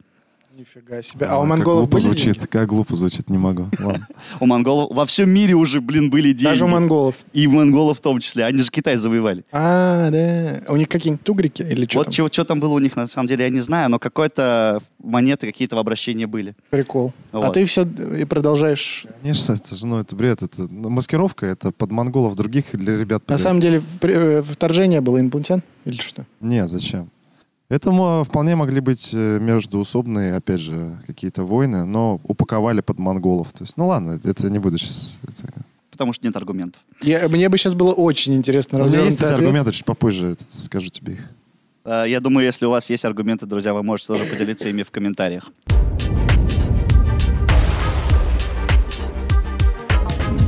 Нифига себе. А у монголов глупо были звучит, деньги? как глупо звучит, не могу. Ладно. У монголов во всем мире уже, блин, были деньги. Даже у монголов. И монголов в том числе. Они же Китай завоевали. А, да. А У них какие-нибудь тугрики или что вот чего, что там было у них, на самом деле, я не знаю, но какой-то монеты, какие-то в обращении были. Прикол. А Вот. ты все и продолжаешь. Конечно, это же, ну, это бред. Это ну, маскировка, это под монголов других и для ребят. На бред. самом деле при- э, вторжение было инопланетян или что? Не, зачем? Это мо- вполне могли быть э, междуусобные, опять же, какие-то войны, но упаковали под монголов. То есть, ну ладно, это не буду сейчас. Потому что нет аргументов. Я- мне бы сейчас было очень интересно У меня есть эти развернутый ответ. аргументы, чуть попозже это скажу тебе их. Э, Я думаю, если у вас есть аргументы, друзья, вы можете тоже поделиться ими в комментариях.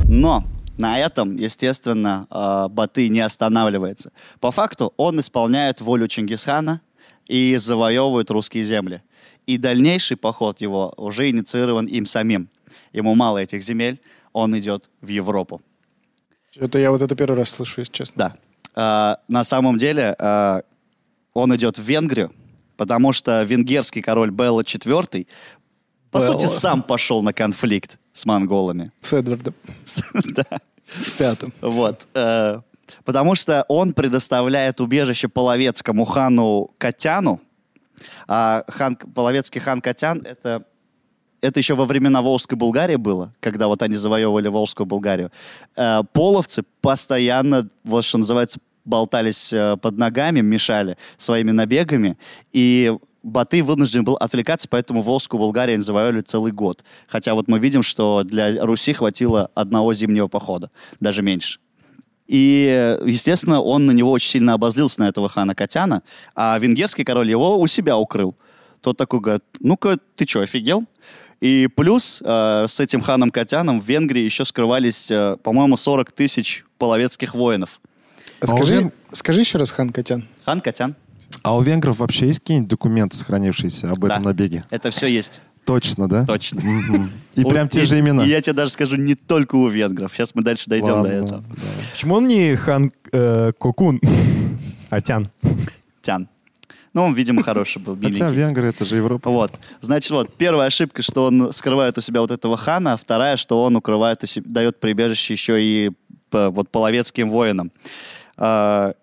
Но на этом, естественно, э, Баты не останавливается. По факту он исполняет волю Чингисхана и завоевывает русские земли. И дальнейший поход его уже инициирован им самим. Ему мало этих земель, он идет в Европу. Это я вот это первый раз А, слышу, если честно. Да. Э, на самом деле э, он а, идет в Венгрию, Потому что венгерский король Белла IV, по Белла. сути, сам пошел на конфликт с монголами. С Эдвардом Да. Пятым. Вот. э, Потому что он предоставляет убежище половецкому хану Катяну. А хан, половецкий хан Катян — это... Это еще во времена Волжской Булгарии было, когда вот они завоевывали Волжскую Булгарию. Э, Половцы постоянно, вот что называется, болтались э, под ногами, мешали своими набегами, и Баты вынужден был отвлекаться, поэтому Волжскую Булгарию они завоевали целый год. Хотя вот мы видим, что для Руси хватило одного зимнего похода, даже меньше. И, естественно, он на него очень сильно обозлился, на этого хана Катяна, а венгерский король его у себя укрыл. Тот такой говорит, ну-ка, ты что, офигел? И плюс э, с этим ханом Катяном в Венгрии еще скрывались, э, по-моему, 40 тысяч половецких воинов. А А у Скажи, вен- скажи еще раз, Хан Катян. Хан Катян, А у венгров вообще есть какие-нибудь документы, сохранившиеся об этом Да. набеге? это все есть, Точно, да? точно. Мгм. И прям У- те же имена. И я тебе даже скажу, не только у венгров. Сейчас мы дальше дойдем Ладно. до этого. Почему он не Хан э, Кокун, а Тян? Тян. Ну, он, видимо, хороший был, Хотя миленький. венгры — это же Европа. Вот. Значит, вот, первая ошибка, что он скрывает у себя вот этого хана, а вторая, что он укрывает, у себ- дает прибежище еще и п- вот половецким воинам. А,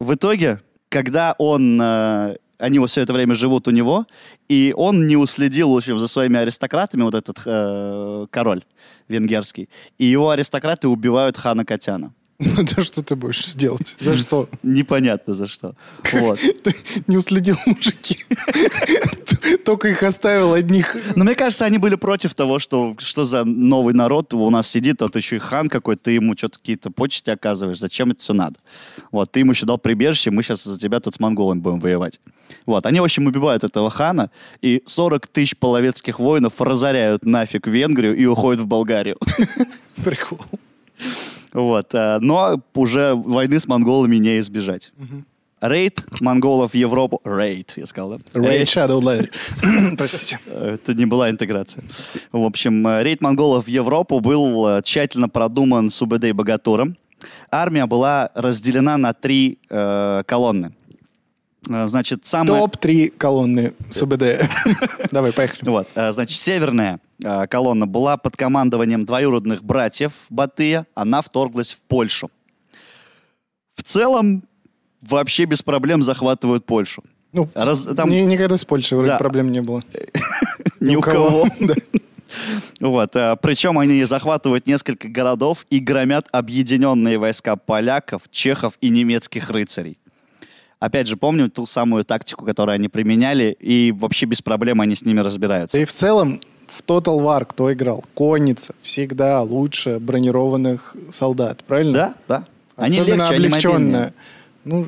В итоге, когда он... э, Они вот все это время живут у него, и он не уследил, в общем, за своими аристократами, вот этот э, король венгерский, и его аристократы убивают хана Катяна. Ну да что ты будешь делать? За что? Непонятно за что. Вот. Ты не уследил мужики. Только их оставил одних. Но мне кажется, они были против того, что что за новый народ у нас сидит, а то еще и хан какой-то, ты ему что-то какие-то почести оказываешь, зачем это все надо? Вот, ты ему еще дал прибежище, мы сейчас за тебя тут с монголами будем воевать. Вот, они, в общем, убивают этого хана, и 40 тысяч половецких воинов разоряют нафиг Венгрию и уходят в Болгарию. Прикол. Вот, э, но уже войны с монголами не избежать. Рейд монголов в Европу... Рейд, я сказал, да? Э. Raid Shadow Legends. Простите. Это не была интеграция. В общем, э, рейд монголов в Европу был э, тщательно продуман Субэдэй Богатуром. Армия была разделена на три э, колонны. Э, Значит, Ну, самая... Топ-3 колонны СБД. Давай, поехали. Вот, э, значит, северная э, колонна была под командованием двоюродных братьев Батыя. Она вторглась в Польшу. В целом, вообще без проблем захватывают Польшу. Ну, Раз- там- ни- никогда с Польшей вроде Да. проблем не было. Ни у кого. Да. Вот, э, причем они захватывают несколько городов и громят объединенные войска поляков, чехов и немецких рыцарей. Опять же, помню ту самую тактику, которую они применяли, и вообще без проблем они с ними Да разбираются. и в целом в Total War кто играл? Конница всегда лучше бронированных солдат, правильно? Да, да. Они Особенно легче, они мобильнее. облегченная. Ну,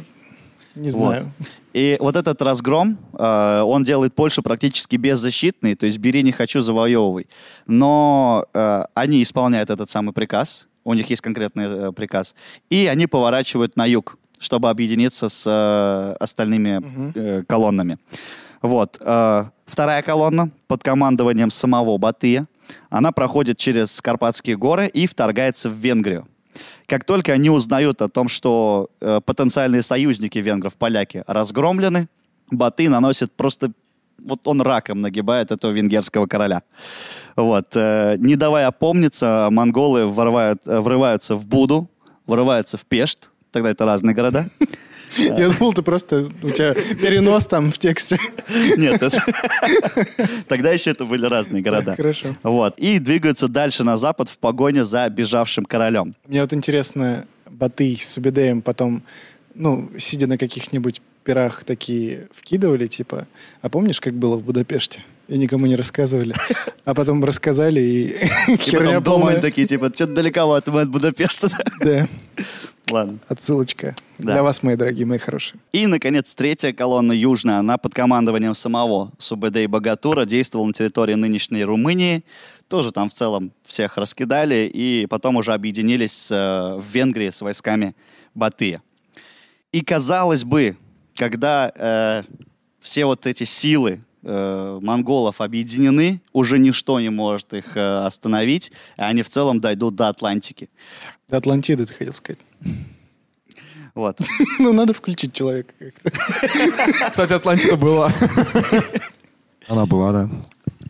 не Вот. знаю. И вот этот разгром, э, он делает Польшу практически беззащитной, то есть «бери, не хочу, завоевывай». Но э, они исполняют этот самый приказ, у них есть конкретный э, приказ, и они поворачивают на юг, чтобы объединиться с э, остальными э, колоннами. Вот. э, вторая колонна под командованием самого Батыя, она проходит через Карпатские горы и вторгается в Венгрию. Как только они узнают о том, что э, потенциальные союзники венгров, поляки, разгромлены, Баты наносит просто... Вот он раком нагибает этого венгерского короля. Вот. э, не давая опомниться, монголы ворвают- э, врываются в Буду, врываются в Пешт, тогда это разные города. Я думал, ты просто... У тебя перенос там в тексте. Нет, это- тогда еще это были разные города. Хорошо. Вот. И двигаются дальше на запад в погоне за бежавшим королем. Мне вот интересно, Батый с Убедеем потом, ну, сидя на каких-нибудь пирах, такие вкидывали, типа, а помнишь, как было в Будапеште? И никому не рассказывали. А потом рассказали, и И потом херня дома они полная. такие, типа, что-то далековато мы от Будапешта. Да, Ладно. отсылочка. Да. Для вас, мои дорогие, мои хорошие. И, наконец, третья колонна южная, она под командованием самого Субэдэй Богатура действовала на территории нынешней Румынии. Тоже там в целом всех раскидали и потом уже объединились э, в Венгрии с войсками Батыя. И казалось бы, когда э, все вот эти силы э, монголов объединены, уже ничто не может их э, остановить, и они в целом дойдут до Атлантики. До Атлантиды, ты хотел сказать. Вот. Ну, надо включить человека как-то. Кстати, Атлантика была. Она была, да.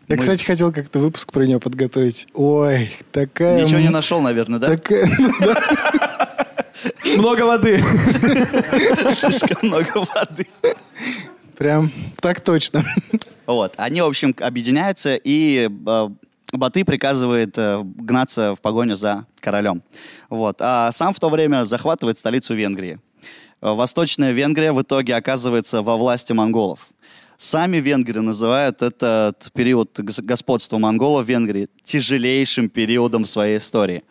Я, Мы- кстати, хотел как-то выпуск про нее подготовить. Ой, такая... Ничего не м- нашел, наверное, да? такая- Много воды. Слишком много воды. Прям так точно. Вот. Они, в общем, объединяются, и э, Баты приказывает э, гнаться в погоню за королем. Вот. А сам в то время захватывает столицу Венгрии. Э, Восточная Венгрия в итоге оказывается во власти монголов. Сами венгры называют этот период гос- господства монголов в Венгрии тяжелейшим периодом в своей истории.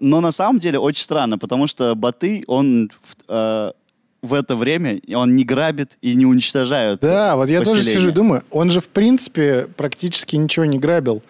Но на самом деле очень странно, потому что Баты, он в- э, в это время, он не грабит и не уничтожает Да, вот я тоже поселение. сижу и думаю, он же, в принципе, практически ничего не грабил.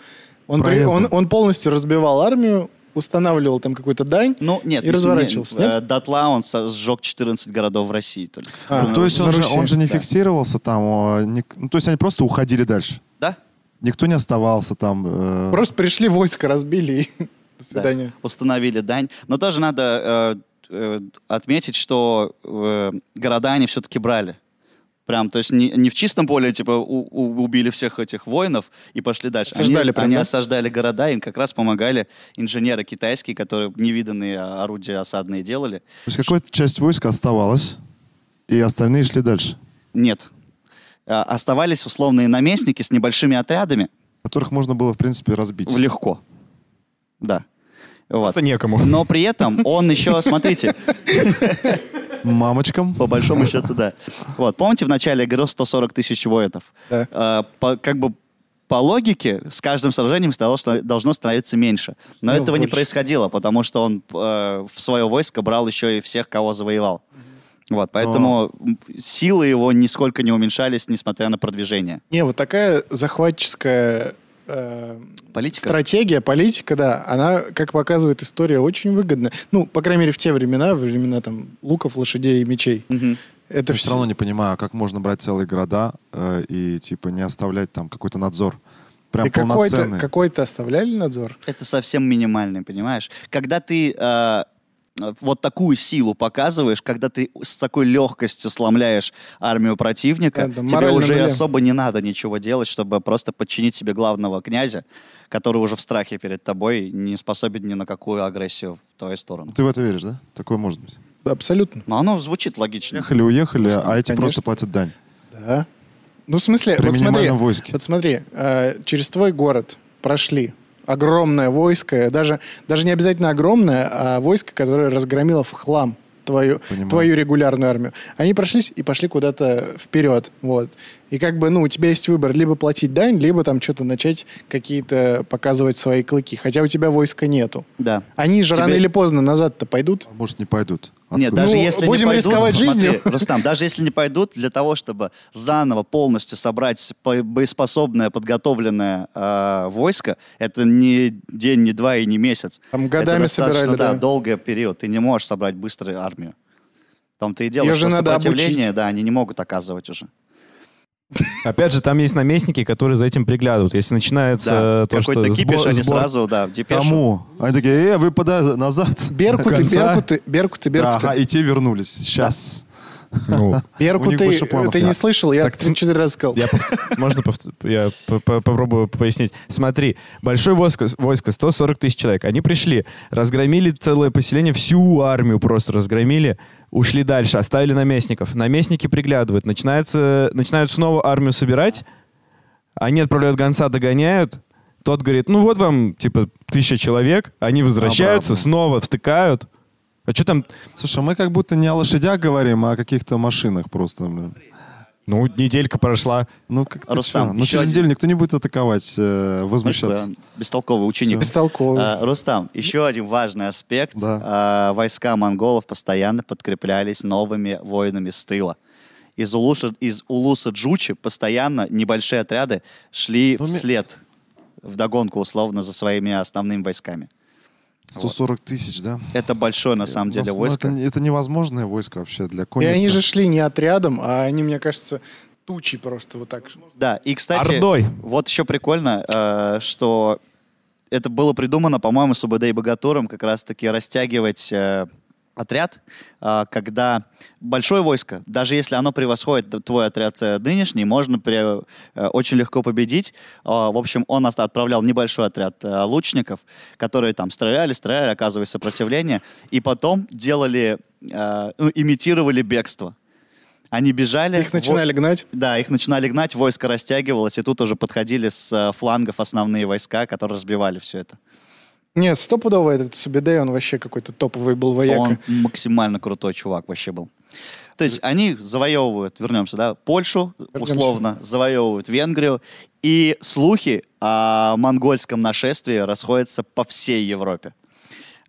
Он, при- Проездом. он, он полностью разбивал армию, устанавливал там какую-то дань. Ну, нет. И не- разворачивался, не- нет? э, Дотла он со- сжег 14 городов в России только. А, Ну, То есть он за же, Руси, он же не да. фиксировался там. э, ник- ну, то есть они просто уходили дальше. Да? Никто не оставался там. э, Просто пришли, войско разбили и до свидания. Да. Установили дань. Но тоже надо э, э, отметить, что э, города они все-таки брали. Прям, то есть не, не в чистом поле, типа, у- у- убили всех этих воинов и пошли дальше. Они- Осаждали они, прям, да? осаждали города, им как раз помогали инженеры китайские, которые невиданные а, орудия осадные делали. То есть какая-то часть войска оставалась, и остальные шли дальше, Нет. А, Оставались условные наместники с небольшими отрядами. которых можно было, в принципе, разбить. Легко. Да. Вот. Просто некому. Но при этом он еще, смотрите, Мамочкам. по большому счету, да. Вот, помните, в начале я говорил 140 тысяч воинов? Да. Э, по- как бы по логике, с каждым сражением стало, что должно становиться меньше. Но Стало этого не Ну, больше. происходило, потому что он э, в свое войско брал еще и всех, кого завоевал. Вот, поэтому м, силы его нисколько не уменьшались, несмотря на продвижение. Не, вот такая захватческая э, Политика? стратегия, политика, да, она, как показывает история, очень выгодна. Ну, по крайней мере, в те времена, во времена там луков, лошадей и мечей. Мгм. Это Я все всё- Ну, равно не понимаю, как можно брать целые города э, и, типа, не оставлять там какой-то надзор. Прям И какой-то, полноценный. какой-то оставляли надзор? Это совсем минимальный, понимаешь? Когда ты э, вот такую силу показываешь, когда ты с такой легкостью сломляешь армию противника, Да, да, тебе морально уже нуля. особо не надо ничего делать, чтобы просто подчинить себе главного князя, который уже в страхе перед тобой и не способен ни на какую агрессию в твою сторону. Ты в это веришь, да? Такое может быть. Абсолютно, Но оно звучит логично. Ехали, уехали, а эти конечно. просто платят дань. да. Ну, в смысле, При вот смотри, минимальном войске. вот смотри, э, через твой город прошли огромное войско, даже, даже не обязательно огромное, а войско, которое разгромило в хлам твою, Понимаю. твою регулярную армию. Они прошлись и пошли куда-то вперед, вот. И как бы, ну, у тебя есть выбор, либо платить дань, либо там что-то начать какие-то показывать свои клыки, хотя у тебя войска нету. Да. Они же Тебе- рано или поздно назад-то пойдут. А Может, не пойдут. Нет, Откуда? даже Ну, если не будем пойдут, рисковать смотри, жизнью. Рустам, даже если не пойдут, для того, чтобы заново полностью собрать по- боеспособное, подготовленное э, войско, это не день, не два и не месяц. Там годами это достаточно, собирали, да. долгий период. Ты не можешь собрать быстро армию. Там ты и Её дело, же что надо сопротивление, обучить. да, они не могут оказывать уже. Опять же, там есть наместники, которые за этим приглядывают. Если начинается Да. то, что Какой-то кипиш, сбор- они сбор- сразу, да, в депешу. Кому? Они такие, э, вы пода назад. Беркуты, Конца. беркуты, беркуты, Да, беркуты. ага, и те вернулись. Сейчас. Ну, Беркуты, них больше планов ты нет. не слышал, я Так, три четыре раза сказал. Я пов- Можно пов- я по- по- попробую пояснить? Смотри, большое войско, войско, 140 тысяч человек. Они пришли, разгромили целое поселение, всю армию просто разгромили, ушли дальше, оставили наместников. Наместники приглядывают, начинается, начинают снова армию собирать, они отправляют гонца, догоняют, тот говорит, ну вот вам, типа, тысяча человек, они возвращаются, Обратно. снова втыкают. А что там? Слушай, мы как будто не о лошадях говорим, а о каких-то машинах просто, блин. Ну, неделька прошла. Ну, как ты Рустам, чё? Ну, еще через один- неделю никто не будет атаковать, э, Знаешь, возмущаться. да, Бестолковый ученик. Бестолковый. А, Рустам, еще один важный аспект. Да. А, войска монголов постоянно подкреплялись новыми воинами с тыла. Из, Улуша, из Улуса Джучи постоянно небольшие отряды шли Ну, ми- вслед, в догонку условно, за своими основными войсками. 140 тысяч, да? Это большое, на самом деле, Ну, войско. Это, это невозможное войско вообще для И конницы. они же шли не отрядом, а они, мне кажется, тучи просто вот так. Да, и, кстати, Ордой. вот еще прикольно, э, что это было придумано, по-моему, с УБД и Богатуром как раз-таки растягивать э, отряд, а, когда большое войско, даже если оно превосходит т- твой отряд э, нынешний, можно пре- э, очень легко победить. А, В общем, он ост- отправлял небольшой отряд э, лучников, которые там стреляли, стреляли, оказывая сопротивление, и потом делали, э, ну, имитировали бегство. Они бежали. Их начинали во- гнать. да, их начинали гнать, войско растягивалось, и тут уже подходили с э, флангов основные войска, которые разбивали все это. Нет, стопудово этот Субидей, он вообще какой-то топовый был вояка. Он максимально крутой чувак вообще был. То есть они завоевывают, вернемся, да, Польшу, Вернемся. условно, завоевывают Венгрию, и слухи о монгольском нашествии расходятся по всей Европе.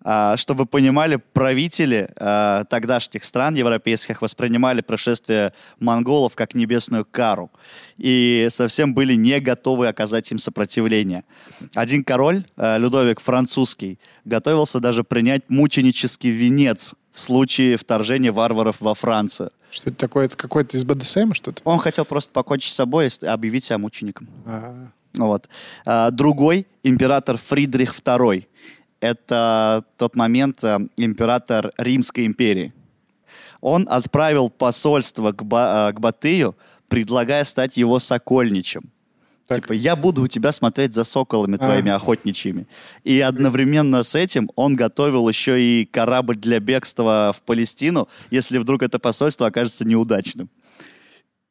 А, Чтобы вы понимали, правители э, тогдашних стран европейских воспринимали пришествие монголов как небесную кару и совсем были не готовы оказать им сопротивление. Один король, э, Людовик Французский, готовился даже принять мученический венец в случае вторжения варваров во Францию. Что это такое? Это какой-то из БДСМ что-то? Он хотел просто покончить с собой и ст- объявить себя мучеником. А, Вот. А, Другой император Фридрих II. Это тот момент э, император Римской империи. Он отправил посольство к, Ба- э, к Батыю, предлагая стать его сокольничем. Так. Типа, я буду у тебя смотреть за соколами А. твоими охотничьими. И одновременно с этим он готовил еще и корабль для бегства в Палестину, если вдруг это посольство окажется неудачным.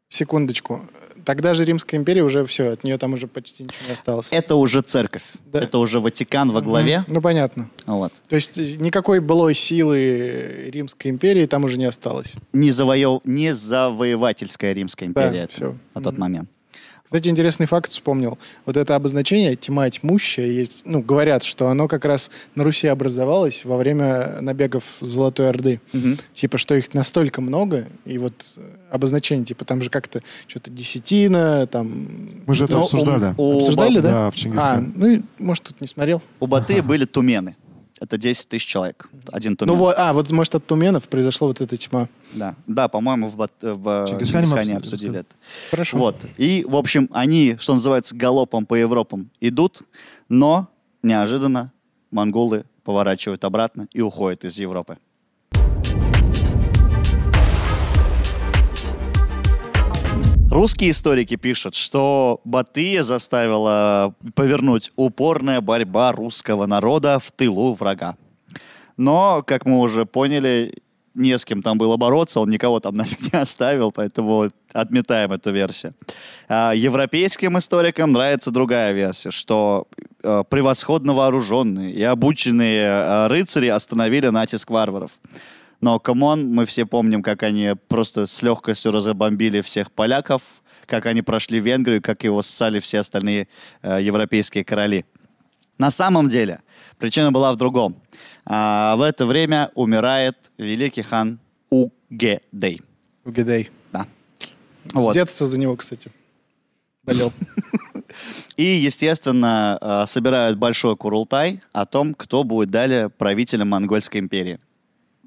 секундочку. Тогда же Римская империя уже все, от нее там уже почти ничего не осталось. Это уже церковь. Да. Это уже Ватикан во главе. Ну, понятно. Вот. То есть э, никакой былой силы Римской империи там уже не осталось. не, завоев... не завоевательская Римская Да, империя это всё. на тот Мгм. момент. Кстати, интересный факт вспомнил. Вот это обозначение «тьма тьмущая» есть, ну, говорят, что оно как раз на Руси образовалось во время набегов Золотой Орды. Типа, что их настолько много, и вот э, обозначение, типа, там же как-то что-то десятина, там... ну, Мы же это Но у- обсуждали. у- Обсуждали, да? Да, в А, Чингисхане. ну, и, может, тут не смотрел. У Батыя были тумены. Это 10 тысяч человек. Один тумен. Ну, вот, а, вот, может, от туменов произошла вот эта тьма. Да, да по-моему, в, Бат... в э, Чингисхане мы Чингисхане обсудили, обсудили да. это. Хорошо. Вот. И, в общем, они, что называется, галопом по Европам идут, но неожиданно монголы поворачивают обратно и уходят из Европы. Русские историки пишут, что Батыя заставила повернуть упорная борьба русского народа в тылу врага. Но, как мы уже поняли, не с кем там было бороться, он никого там нафиг не оставил, поэтому отметаем эту версию. А, европейским историкам нравится другая версия, что э, превосходно вооруженные и обученные э, рыцари остановили натиск варваров. Но, камон, мы все помним, как они просто с легкостью разобомбили всех поляков, как они прошли Венгрию, как его ссали все остальные э, европейские короли. На самом деле причина была в другом. А, в это время умирает великий хан Угедей. Угидей. Да. С Вот. детства за него, кстати. Болел. И, естественно, э, собирают большой курултай о том, кто будет далее правителем Монгольской империи.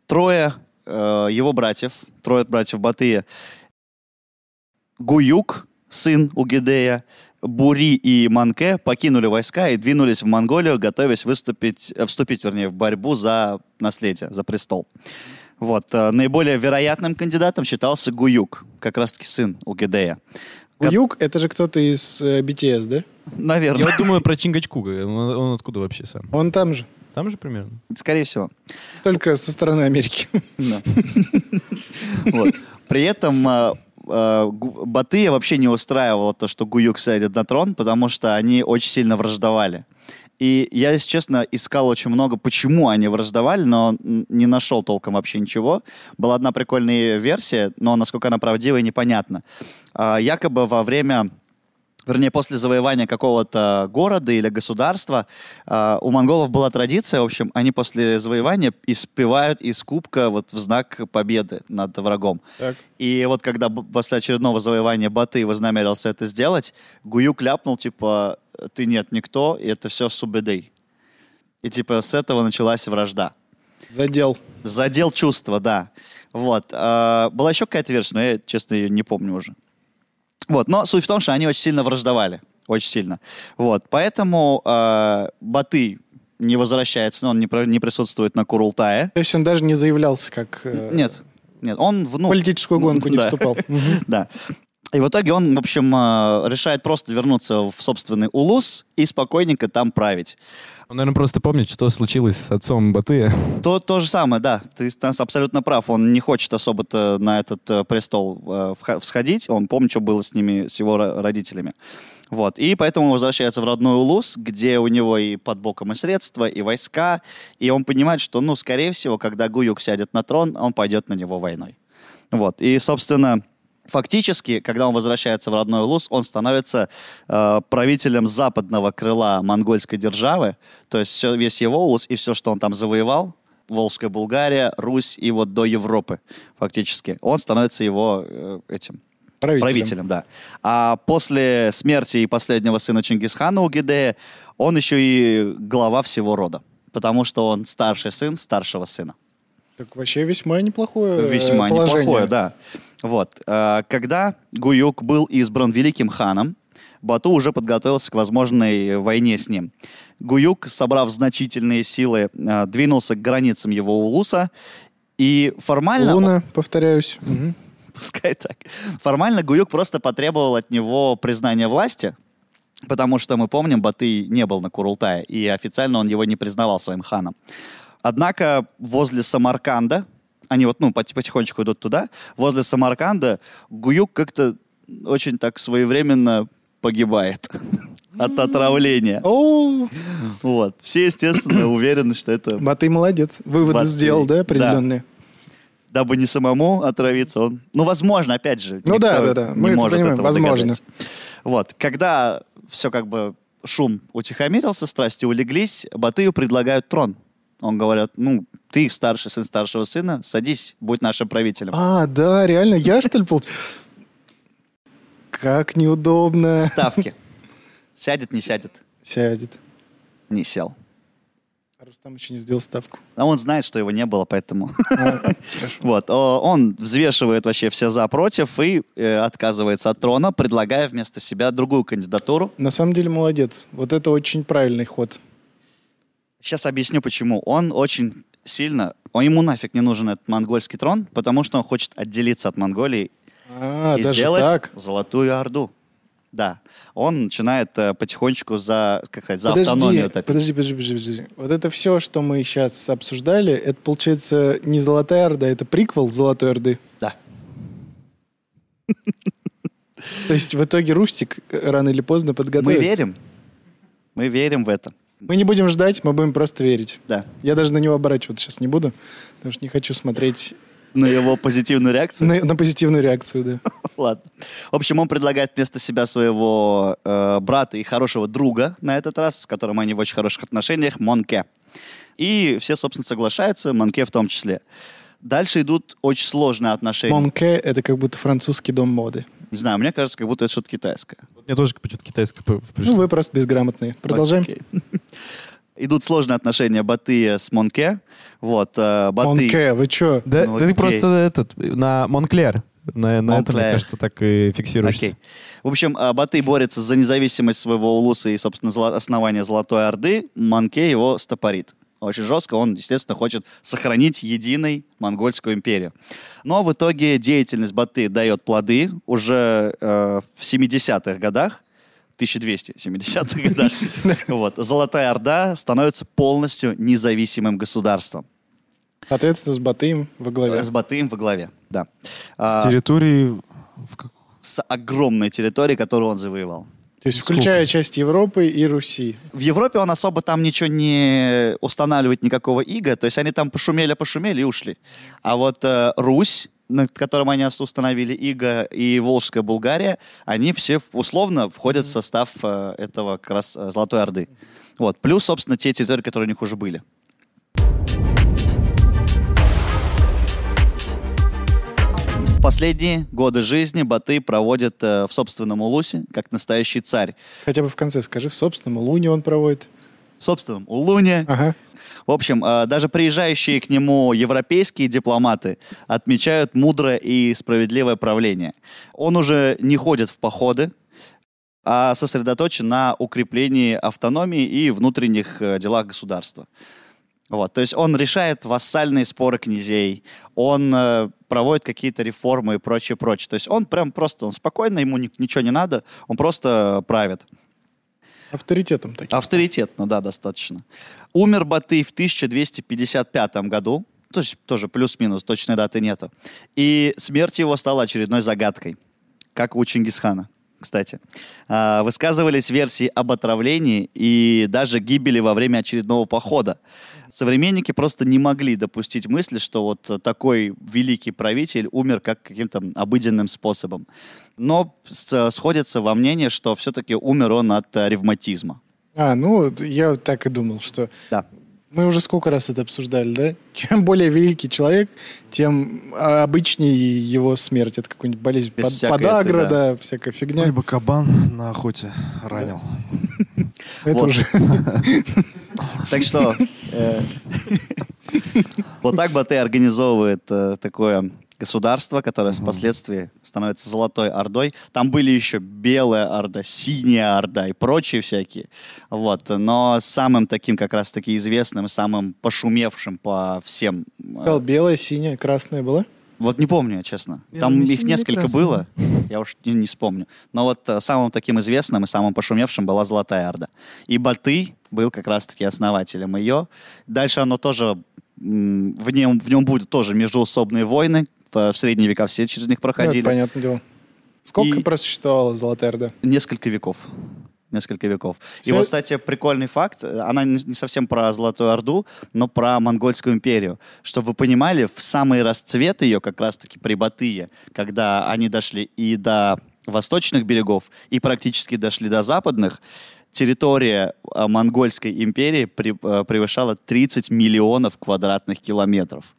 Трое э, его братьев, трое братьев Батыя, Гуюк, сын Угидея, Бури и Манке покинули войска и двинулись в Монголию, готовясь выступить, э, вступить, вернее, в борьбу за наследие, за престол. Вот. э, Наиболее вероятным кандидатом считался Гуюк, как раз-таки сын Угидея. Ко- Гуюк — это же кто-то из э, BTS, да? Наверное. Я вот думаю про Чингачку. Он, он откуда вообще сам? Он там же, Там же примерно. Скорее всего. только со стороны Америки. Да. Вот. При этом э, э, Гу- Батыя вообще не устраивало то, что Гуюк сядет на трон, потому что они очень сильно враждовали. И я, если честно, искал очень много, почему они враждовали, но м, не нашел толком вообще ничего. Была одна прикольная версия, но насколько она правдивая, непонятно. А, якобы во время вернее, после завоевания какого-то города или государства, э, у монголов была традиция, в общем, они после завоевания испевают из кубка вот в знак победы над врагом. Так. И вот когда б- после очередного завоевания Баты вознамерился это сделать, Гуюк ляпнул, типа, ты нет никто, и это все Субэдэй. И типа с этого началась вражда. Задел. Задел чувства, да. Вот. А, была еще какая-то версия, но я, честно, ее не помню уже. Вот. Но суть в том, что они очень сильно враждовали. Очень сильно. Вот. Поэтому а, Батый э, не возвращается, но он не, про- не присутствует на Курултае. То есть он даже не заявлялся как... э, Нет, нет, он в внук. Политическую ну, гонку не да. вступал. Мгм. Да. И в итоге он, в общем, э, решает просто вернуться в собственный Улус и спокойненько там править. Он, наверное, просто помнит, что случилось с отцом Батыя. То, то же самое, да, ты там абсолютно прав. Он не хочет особо-то на этот э, престол э, вха- всходить. Он помнит, что было с ними, с его ро- родителями. Вот. И поэтому он возвращается в родной Улус, где у него и под боком и средства, и войска. И он понимает, что, ну, скорее всего, когда Гуюк сядет на трон, он пойдет на него войной. Вот. И, собственно, фактически, когда он возвращается в родной Улус, он становится э, правителем западного крыла монгольской державы. То есть всё- весь его Улус и все, что он там завоевал, Волжская Булгария, Русь и вот до Европы фактически. Он становится его э, этим Правителем. правителем, да. А после смерти и последнего сына Чингисхана Угидея он еще и глава всего рода, потому что он старший сын старшего сына. Так вообще весьма неплохое э, Весьма положение. неплохое, да. Вот. Э, Когда Гуюк был избран великим ханом, Бату уже подготовился к возможной войне с ним. Гуюк, собрав значительные силы, э, двинулся к границам его улуса, и формально... Луна, повторяюсь. Мгм. Пускай так. Формально Гуюк просто потребовал от него признания власти, потому что, мы помним, Баты не был на Курултае, и официально он его не признавал своим ханом. Однако возле Самарканда, они вот, ну, поти- потихонечку идут туда, возле Самарканда Гуюк как-то очень так своевременно погибает от отравления. Оу, Вот. Все, естественно, уверены, что это Батый молодец. Выводы Батый, сделал, да, да. определенные? дабы не самому отравиться, он... Ну, возможно, опять же. Ну да, никто да, да. не Мы это может понимаем. этого Возможно. догадаться. Вот. Когда все как бы шум утихомирился, страсти улеглись, Батыю предлагают трон. Он говорит, ну, ты старший сын старшего сына, садись, будь нашим правителем. А, да, реально, я что ли получ- Как неудобно. Ставки. Сядет, не сядет. Сядет. Не сел. А Рустам еще не сделал ставку. А он знает, что его не было, поэтому... А, Вот, о, он взвешивает вообще все за против и э, отказывается от трона, предлагая вместо себя другую кандидатуру. На самом деле молодец. Вот это очень правильный ход. Сейчас объясню, почему. Он очень сильно... Он, ему нафиг не нужен этот монгольский трон, потому что он хочет отделиться от Монголии А, и даже сделать так. Золотую Орду. Да. Он начинает э, потихонечку за, как сказать, за Подожди, автономию топить. подожди, подожди, подожди, подожди. Вот это все, что мы сейчас обсуждали, это получается не Золотая Орда, это приквел Золотой Орды. Да. То есть в итоге Рустик э, рано или поздно Мы подготовит. верим. Мы верим в это. Мы не будем ждать, мы будем просто верить. Да. Я даже на него оборачиваться сейчас не буду, потому что не хочу смотреть На его позитивную реакцию. на, на позитивную реакцию, да. Ладно. В общем, он предлагает вместо себя своего э, брата и хорошего друга на этот раз, с которым они в очень хороших отношениях, Монке. И все, собственно, соглашаются, Монке в том числе. Дальше идут очень сложные отношения. Монке — это как будто французский дом моды. Не знаю, мне кажется, как будто это что-то китайское. Мне тоже почему-то китайское п- пришло. Ну, вы просто безграмотные. Продолжаем. Окей. Идут сложные отношения Батыя с Монке. Вот, э, Баты... Монке, вы чё? Да, Ну, да ты окей. просто этот, на Монклер. На, на этом, мне Монклер. кажется, так и фиксируешься. Окей. В общем, а, Баты борется за независимость своего улуса и, собственно, зло- основания Золотой Орды. Манке его стопорит. Очень жестко. Он, естественно, хочет сохранить единой Монгольскую империю. Но в итоге деятельность Баты дает плоды уже э, в 70-х годах. 1270-х годах. Вот. Золотая Орда становится полностью независимым государством. Соответственно, с Батыем во главе. С Батыем во главе, да. А, С территории... в как- С огромной территорией, которую он завоевал. То есть, включая часть Европы и Руси. В Европе он особо там ничего не устанавливает, никакого ига. То есть они там пошумели-пошумели и ушли. А вот э, Русь, над которым они ос- установили иго, и Волжская Булгария, они все в- условно входят в состав э, этого как раз э, Золотой Орды. Вот. Плюс, собственно, те территории, которые у них уже были. Последние годы жизни Баты проводит э, в собственном Улусе, как настоящий царь. Хотя бы в конце скажи, в собственном Луне он проводит. В собственном Улуне, Ага. в общем, э, даже приезжающие к нему европейские дипломаты отмечают мудрое и справедливое правление. Он уже не ходит в походы, а сосредоточен на укреплении автономии и внутренних э, делах государства. Вот, то есть он решает вассальные споры князей, он э, проводит какие-то реформы и прочее, прочее. То есть он прям просто, он спокойно, ему ни- ничего не надо, он просто правит. Авторитетом таким. Авторитетно, да, достаточно. Умер Батый в 1255 году, то есть тоже плюс-минус, точной даты нету. И смерть его стала очередной загадкой, как у Чингисхана, кстати. А, Высказывались версии об отравлении и даже гибели во время очередного похода. Современники просто не могли допустить мысли, что вот такой великий правитель умер как каким-то обыденным способом. Но с- сходятся во мнении, что все-таки умер он от э, ревматизма. А, ну, я так и думал, что... Да. Мы уже сколько раз это обсуждали, да? Чем более великий человек, тем а, обычнее его смерть. Это какая-нибудь болезнь, Без под- всякой подагра, этой, да. всякая фигня. Либо кабан на охоте ранил. Это Вот. уже... Так что э, вот так Батэ организовывает э, такое государство, которое впоследствии становится Золотой Ордой. Там были еще Белая Орда, Синяя Орда и прочие всякие. Вот. Но самым таким как раз-таки известным, самым пошумевшим по всем... э, Сказал, белая, синяя, красная была? Вот не помню, честно. Белыми, Там их синими, несколько красными. было, я уж не, не вспомню. Но вот э, самым таким известным и самым пошумевшим была Золотая Орда. И Баты был как раз-таки основателем ее. Дальше оно тоже... м, В нем, в нем будут тоже междуусобные войны. В, в средние века все через них Да, проходили. понятное дело. Сколько И- просуществовала Золотая Орда? Несколько веков. Несколько веков. И Всё- вот, кстати, прикольный факт, э, она не не совсем про Золотую Орду, но про Монгольскую империю. Чтобы вы понимали, в самый расцвет ее как раз-таки при Батыя, когда они дошли и до восточных берегов, и практически дошли до западных, территория э, Монгольской империи при- э, превышала 30 миллионов квадратных километров.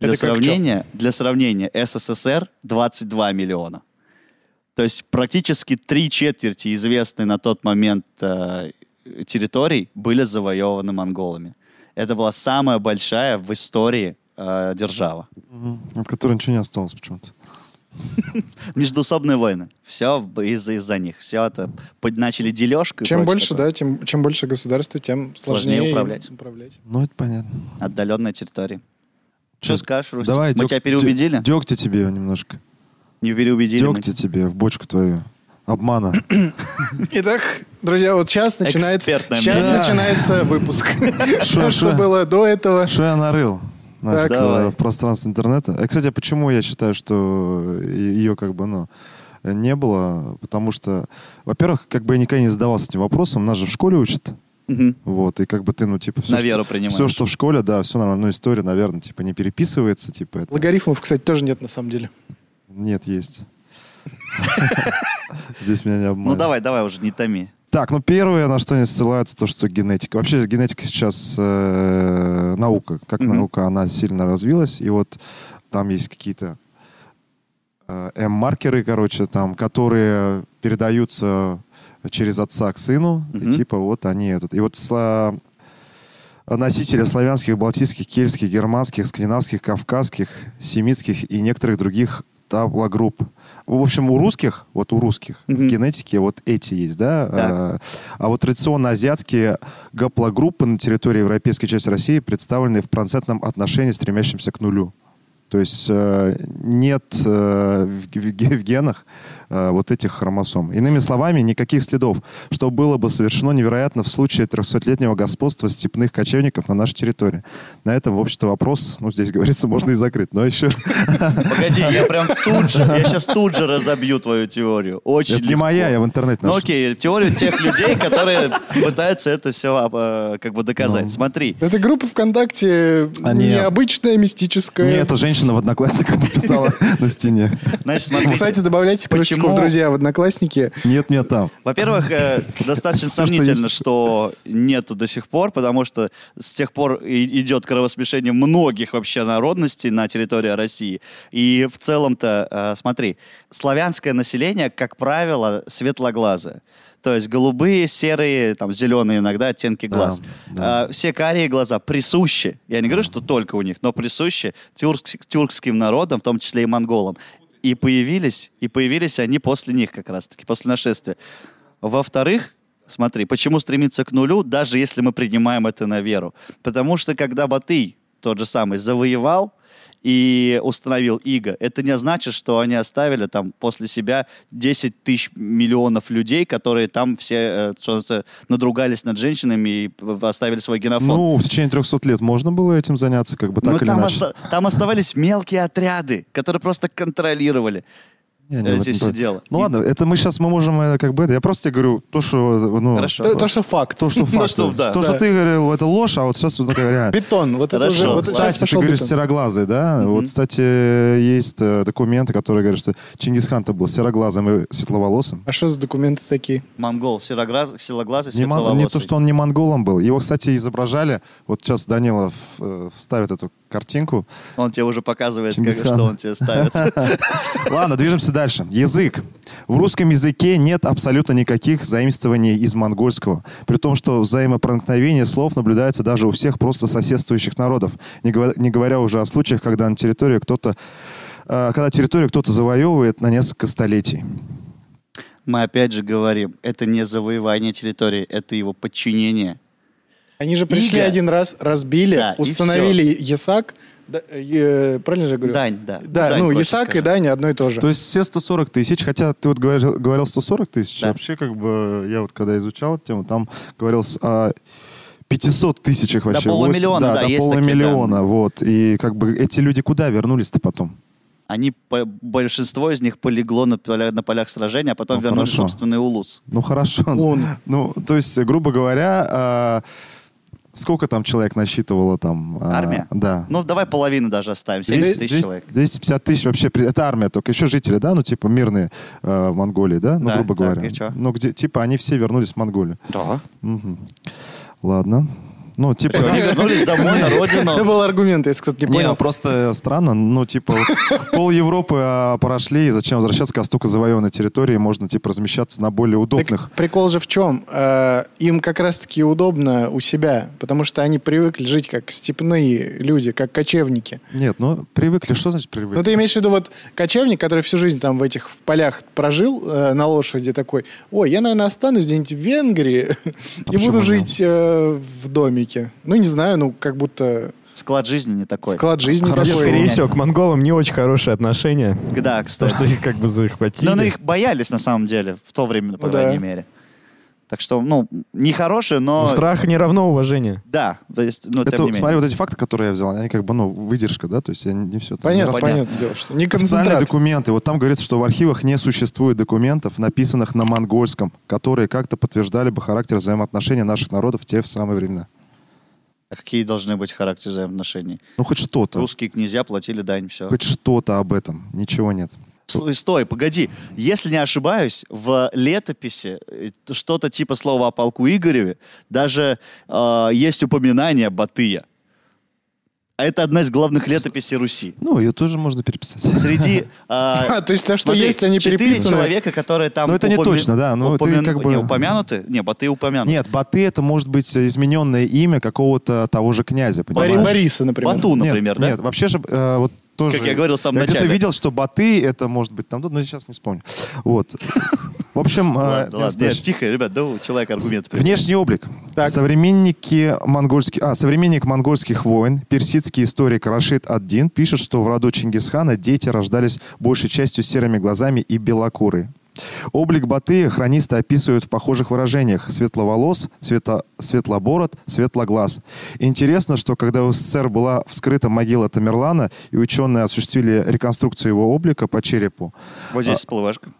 Для Это как чё? сравнения, для сравнения, СССР 22 миллиона. То есть практически три четверти известной на тот момент э, территорий были завоеваны монголами. Это была самая большая в истории э, держава. От которого ничего не осталось почему-то. Междуусобные войны. Все из-за из них. Все это под- начали дележку. и Чем прочее больше, такое. да, тем, чем больше государства, тем Сложнее сложнее, им управлять. Ну, это понятно. Отдаленные территории. Что Чё, скажешь, Русь? Давай, Мы дёг- тебя переубедили? дё- Дегтя тебе немножко. Не переубедили. мы. Дегтя тебе в бочку твою. Обмана. Итак, друзья, вот сейчас начинается, Экспертное сейчас мнение. начинается выпуск. Шо- Что шо- было до этого? Что я нарыл? Значит, Так. э, Давай. в пространстве интернета. А, кстати, а почему я считаю, что ее как бы, ну, не было? Потому что, во-первых, как бы я никогда не задавался этим вопросом. Нас же в школе учат. Мгм. Вот, и как бы ты, ну, типа, все, На веру что, принимаешь. все, что в школе, да, все нормально. Ну, история, наверное, типа, не переписывается, типа, это- Логарифмов, кстати, тоже нет на самом деле. Нет, есть. Здесь меня не Ну обманывают. давай, давай уже, не томи. Так, ну первое, на что они ссылаются, то, что генетика. Вообще генетика сейчас э, наука. Как Мгм. наука, она сильно развилась. И вот там есть какие-то э, М-маркеры, короче, там, которые передаются через отца к сыну. Мгм. И типа вот они этот. И вот сла- носители славянских, балтийских, кельтских, германских, скандинавских, кавказских, семитских и некоторых других таблогрупп. В общем, у русских, вот у русских в Мгм. генетике вот эти есть, да? Так. Э, А вот традиционно азиатские гаплогруппы на территории европейской части России представлены в процентном отношении, стремящемся к нулю. То есть э, нет э, в, г- в ге- в генах э, вот этих хромосом. Иными словами, никаких следов, что было бы совершено невероятно в случае 300-летнего господства степных кочевников на нашей территории. На этом, в общем-то, вопрос, ну, здесь говорится, можно и закрыть. Но еще... Погоди, я прям тут же, я сейчас тут же разобью твою теорию. Очень Это не легко. моя, я в интернете Ну нашел. окей, теорию тех людей, которые пытаются это все как бы Ну. доказать. Смотри, Эта группа ВКонтакте А, нет. необычная, мистическая. Не, это женщина в одноклассниках написала на стене. значит, смотрите. Кстати, добавляйте Почему? Крысиков, друзья, в Одноклассники. Нет, нет, там. Во-первых, э, достаточно Всё, что сомнительно, есть. что нету до сих пор, потому что с тех пор и- идет кровосмешение многих вообще народностей на территории России. И в целом-то, э, смотри, славянское население, как правило, светлоглазое. То есть голубые, серые, там, зеленые иногда оттенки Да, глаз. да. Э, Все карие глаза присущи, я не говорю, что только у них, но присущи тюркс- тюркским народам, в том числе и монголам. И и появились, и появились они после них как раз-таки, после нашествия. Во-вторых, смотри, почему стремиться к нулю, даже если мы принимаем это на веру? Потому что когда Батый тот же самый завоевал и установил Иго, это не значит, что они оставили там после себя 10 тысяч миллионов людей, которые там все э, что называется, надругались над женщинами и э, оставили свой генофон. Ну, в течение 300 лет можно было этим заняться, как бы так Ну, или там, иначе. оста- там оставались мелкие отряды, которые просто контролировали Я не в этом Э, здесь все прав. дело. Ну И- ладно, это мы сейчас мы можем э, как бы это. Я просто тебе говорю то, что ну, Хорошо. Э, То, то, что факт. то, что Ну, факт. что, да. То, что Да. ты говорил, это ложь, а вот сейчас вот такая реальность. Бетон. Вот это Хорошо. уже... Вот сейчас Кстати, ты пошел говоришь бетон. сероглазый, да? Вот, кстати, есть э, документы, которые говорят, что Чингисхан-то был сероглазым и светловолосым. А что за документы такие? Монгол, сероглаз, силоглазый, Не, мон- светловолосый. не то, что он не монголом был. Его, кстати, изображали. Вот сейчас Данилов э, вставит эту картинку. Он тебе уже показывает, как, Чингисхан. что он тебе ставит. Ладно, движемся дальше. Язык. В русском языке нет абсолютно никаких заимствований из монгольского. При том, что взаимопроникновение слов наблюдается даже у всех просто соседствующих народов. Не, гова- не говоря уже о случаях, когда на территории кто-то э, когда территорию кто-то завоевывает на несколько столетий. Мы опять же говорим, это не завоевание территории, это его подчинение. Они же пришли Иго. один раз, разбили, Да, и установили Ясак. Да, э, правильно же я говорю? Дань, да. Да, Дань ну, проще Ясак скажи. и Дань одно и то же. То есть все 140 тысяч, хотя ты вот говорил, говорил 140 тысяч, Да. вообще как бы я вот когда изучал эту тему, там а, говорилось о 500 тысячах вообще. восемь- полумиллиона, да, до есть такие полумиллиона, данные. вот. И как бы эти люди куда вернулись-то потом? Они, по- большинство из них полегло на полях, на полях сражения, а потом Ну, вернули хорошо. собственный улус. Ну хорошо. Лун. Ну, то есть, грубо говоря, а, сколько там человек насчитывало там? а, Армия? Да. Ну, давай половину даже оставим, 70 тысяч 200, человек. 250 тысяч вообще, при- это армия только, еще жители, да, ну типа мирные э, в Монголии, да, ну Да, грубо так, говоря. и чё? Ну где, типа они все вернулись в Монголию. Да. Мгм. Ладно. Ну типа... Они вернулись домой, на Это родину. был аргумент, если кто-то не Не, ну, понял. просто странно, ну, типа, вот пол Европы а, прошли, и зачем возвращаться, когда столько завоеванной территории, можно, типа, размещаться на более Так удобных. прикол же в чем? Э, Им как раз-таки удобно у себя, потому что они привыкли жить как степные люди, как кочевники. Нет, ну, привыкли, что значит привыкли? Ну, ты имеешь в виду вот кочевник, который всю жизнь там в этих в полях прожил э, на лошади, такой, ой, я, наверное, останусь где-нибудь в Венгрии А и почему буду нет? жить э, в домике. Ну, не знаю, ну, как будто Склад жизни не такой. склад жизни Хорошо. такой. Скорее всего, к монголам не очень хорошие отношения. Да, Потому что кстати. их как бы захватили. Но ну, их боялись, на самом деле, в то время, по Ну, крайней да. мере. Так что, ну, нехорошее, Но но... Страх не равно уважение. Да, то есть, ну, Это, тем не менее. смотри, вот эти факты, которые я взял, они как бы, ну, выдержка, да, то есть я не, все... Понятно, Понятно. понятно дело, что не Официальные концентрат. документы. Вот там говорится, что в архивах не существует документов, написанных на монгольском, которые как-то подтверждали бы характер взаимоотношений наших народов в те самые времена. А какие должны быть характеры взаимоотношений? Ну, хоть что-то. Русские князья платили дань, все. Хоть что-то об этом. Ничего нет. Стой, погоди. Если не ошибаюсь, в летописи э, что-то типа слова о полку Игореве даже э, есть упоминание Батыя. А это одна из главных летописей Руси. Ну, ее тоже можно переписать. Среди... э, А, то есть то, что смотри, есть, они четыре переписаны. человека, которые там... Ну, это не упомя- точно, да, ну, это упомя- как бы- не, упомянуты? Не, Батыя упомянут. Нет, Баты это может быть измененное имя какого-то того же князя, Бори- понимаешь? Бориса, например. Бату, Нет, например, да? Нет, вообще же э, вот тоже... Как я говорил в самом я где-то начале. видел, что Баты это может быть там, но я сейчас не вспомню. Вот. В общем... э, Ладно, я ладно, нет, дальше. тихо, ребят, да у человека аргумент. Внешний облик. Так. Современники монгольских, а, современник монгольских войн, персидский историк Рашид Аддин пишет, что в роду Чингисхана дети рождались большей частью с серыми глазами и белокурые. Облик Батыя хронисты описывают в похожих выражениях светловолос, свето- светлобород, светлоглаз. Интересно, что когда в СССР была вскрыта могила Тамерлана и ученые осуществили реконструкцию его облика по черепу, Вот А. здесь всплывашка.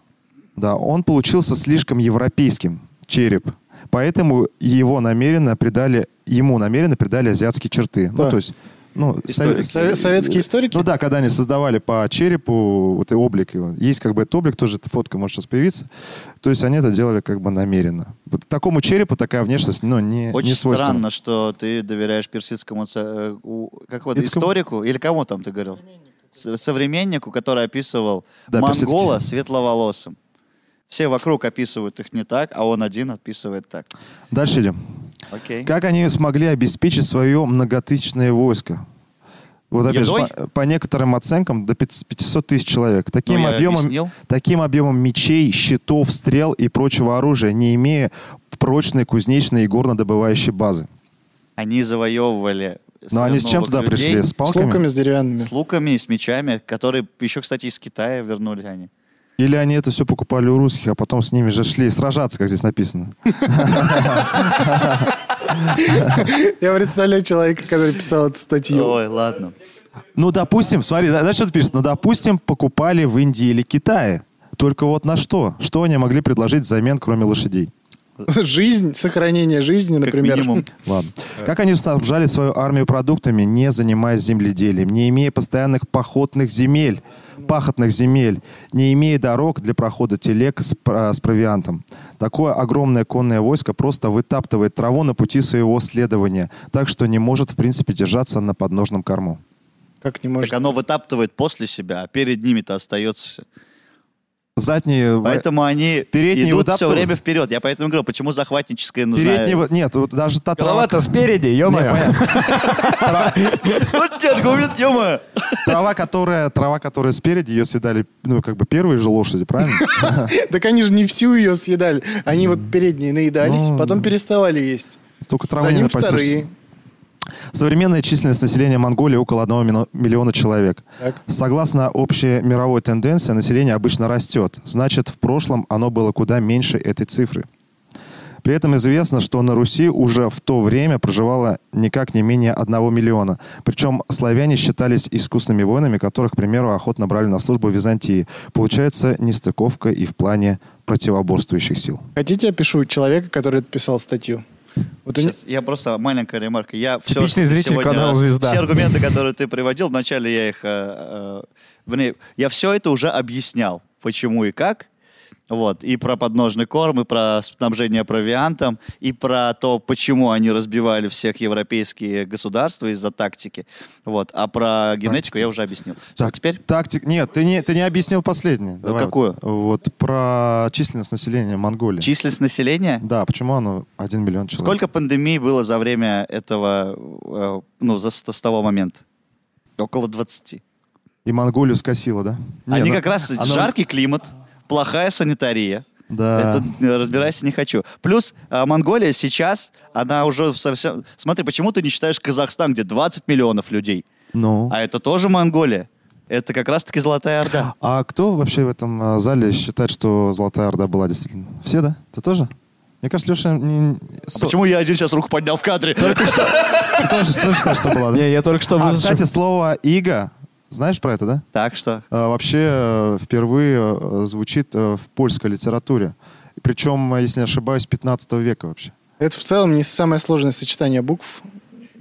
да, он получился слишком европейским, череп. Поэтому его намеренно придали, ему намеренно придали азиатские черты. Ну, Да. то есть, ну, Историки. Сове- советские историки? Ну да, когда они создавали по черепу вот и облик его. Есть как бы этот облик, тоже эта фотка может сейчас появиться. То есть они это делали как бы намеренно. Вот такому черепу такая внешность, ну, не, Очень не свойственна. странно, что ты доверяешь персидскому ц- э, у- как вот, Персидскому- историку или кому там ты говорил? С- Современнику, который описывал Да, монгола персидский. светловолосым. Все вокруг описывают их не так, а он один описывает так. Дальше идем. Окей. Как они смогли обеспечить свое многотысячное войско? Вот опять же, Едой? по, по некоторым оценкам до 500 500 тысяч человек. Таким, Ну, я объемом, объяснил. таким объемом мечей, щитов, стрел и прочего оружия, не имея прочной кузнечной и горнодобывающей базы. Они завоевывали Но Ну, они с чем новых туда людей пришли? С С палками? луками, с деревянными. С луками, с мечами, которые еще, кстати, из Китая вернули они. Или они это все покупали у русских, а потом с ними же шли сражаться, как здесь написано. Я представляю человека, который писал эту статью. Ой, ладно. Ну, допустим, смотри, да- дальше что ты пишешь? Ну, допустим, покупали в Индии или Китае. Только вот на что? Что они могли предложить взамен, кроме лошадей? Жизнь, сохранение жизни, Как например. минимум. Ладно. Как они снабжали свою армию продуктами, не занимаясь земледелием, не имея постоянных походных земель, пахотных земель, не имея дорог для прохода телег с, пр- а, с провиантом. Такое огромное конное войско просто вытаптывает траву на пути своего следования, так что не может, в принципе, держаться на подножном корму. Как не Так может. оно вытаптывает после себя, а перед ними-то остается все. Задние... во- Поэтому они передние идут все вытаптывают? время вперед. Я поэтому говорю, почему захватническая нужна. Переднего... Нет, вот даже та трава... Голова-то спереди, Не, ё-моё. понятно. Трава- Вот тебе аргумент, ё Трава, которая, трава, которая спереди, ее съедали, ну, как бы первые же лошади, правильно? Так они же не всю ее съедали. Они вот передние наедались, Ну, потом переставали есть. Столько За травы не ним напасешься. вторые. Современная численность населения Монголии около 1 миллиона- миллиона человек. Так. Согласно общей мировой тенденции, население обычно растет. Значит, в прошлом оно было куда меньше этой цифры. При этом известно, что на Руси уже в то время проживало никак не менее 1 миллиона. Причем славяне считались искусными воинами, которых, к примеру, охотно брали на службу в Византии. Получается нестыковка и в плане противоборствующих сил. Хотите, я пишу человека, который писал статью? Вот у Сейчас я просто маленькая ремарка. Я все, Типичный зритель канала «Звезда». Все аргументы, которые ты приводил, вначале я их, э, э, вернее, я все это уже объяснял, почему и как. Вот, и про подножный корм, и про снабжение провиантом, и про то, почему они разбивали всех европейские государства из-за тактики. Вот, а про генетику я уже объяснил. Всё, теперь Тактик. Нет, ты не, ты не объяснил последнее. Давай какую? Вот, вот про численность населения Монголии. численность населения. Да, почему оно 1 миллион человек? Сколько пандемий было за время этого, э, ну, за, с с того момента? Около 20. И Монголию скосило, да? Не, Они ну, как раз оно- жаркий климат, плохая санитария. Да. Это э, разбирайся не хочу. Плюс э, Монголия сейчас, она уже совсем... Смотри, почему ты не считаешь Казахстан, где 20 миллионов людей? Ну. А это тоже Монголия. Это как раз-таки Золотая Орда. А кто вообще в этом а, зале считает, что Золотая Орда была действительно? Все, да? Ты тоже? Мне кажется, Леша... не- не- А со- почему я один сейчас руку поднял в кадре? Ты тоже, ты тоже считаешь, что была, да? Не, я только что... А, выслушал. кстати, слово «иго», знаешь про это, да? Так что... А, вообще э, впервые э, звучит э, в польской литературе. Причем, э, если не ошибаюсь, 15 века вообще. Это в целом не самое сложное сочетание букв.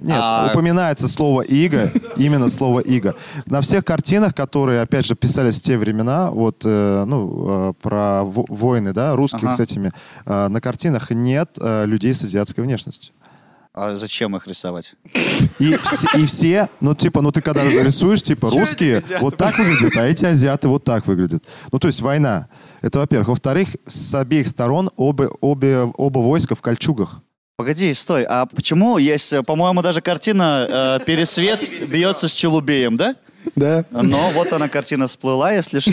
Нет, А- упоминается слово «иго», именно слово «иго». На всех картинах, которые, опять же, писались в те времена, вот, э, ну, э, про во- войны, да, русских Ага. с этими, э, на картинах нет э, людей с азиатской внешностью. А зачем их рисовать? И, вс- и все, ну, типа, ну, ты когда рисуешь, типа, русские вот так выглядят, а эти азиаты вот так выглядят. Ну, то есть война. Это, во-первых. Во-вторых, с обеих сторон обе, обе, оба войска в кольчугах. Погоди, стой. А почему есть, э, по-моему, даже картина э, «Пересвет бьется с Челубеем», да? Да. Но вот она картина всплыла, если что.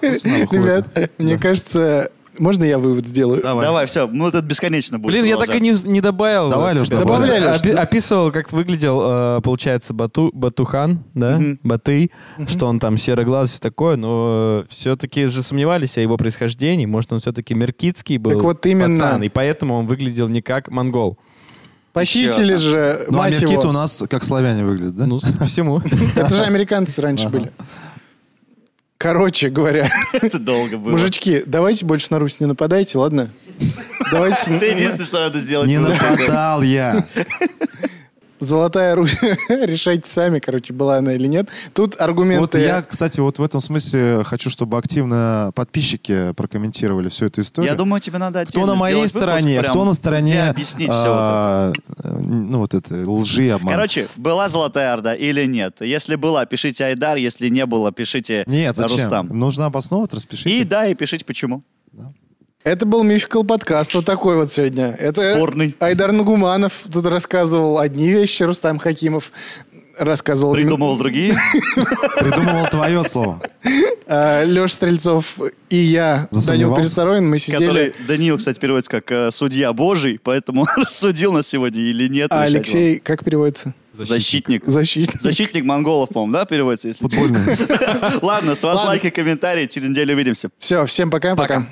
Ребят, мне кажется, можно я вывод сделаю? Давай, все, ну это бесконечно будет. Блин, я так и не, не добавил. Давай, вот Лёш, себя. добавь. Добавляй, Лёш, Опи- да. описывал, как выглядел, э, получается, Бату, Батухан, да, Баты, что он там сероглаз, все такое, но все-таки же сомневались о его происхождении, может, он все-таки меркитский был Так вот именно. пацан, и поэтому он выглядел не как монгол. Похитили же, Ну, а мать меркиты у его. нас как славяне выглядят, да? Ну, судя по всему. Это же американцы раньше были. Короче говоря, Это долго было. мужички, давайте больше на Русь не нападайте, ладно? Давайте... Ты единственное, что надо сделать. Не было. нападал я. Золотая Русь. Решайте сами, короче, была она или нет. Тут аргументы... Вот я, кстати, вот в этом смысле хочу, чтобы активно подписчики прокомментировали всю эту историю. Я думаю, тебе надо кто отдельно на моей сделать выпуск стороне, прям, кто на стороне где объяснить все это. а, э, ну вот это лжи и обман. Короче, была Золотая Орда или нет? Если была, пишите Айдар, если не было, пишите нет, зачем? Рустам. Нужно обосновывать, распишите. И да, и пишите почему. Это был мификал подкаст, вот такой вот сегодня. Это Спорный. Айдар Нагуманов тут рассказывал одни вещи, Рустам Хакимов рассказывал Придумывал другие. Придумывал твое слово. Леша А, Стрельцов и я, Данил Засомневался? Пересторонин, мы Который сидели, Даниил, кстати, переводится как э, судья Божий, поэтому рассудил нас сегодня или нет. а решать Алексей, как переводится? вам. защитник. Защитник. Защитник монголов, по-моему, да, переводится? Если... Футбольное. Ладно, с вас Ладно. лайки, комментарии. Через неделю увидимся. Все, всем пока. Пока.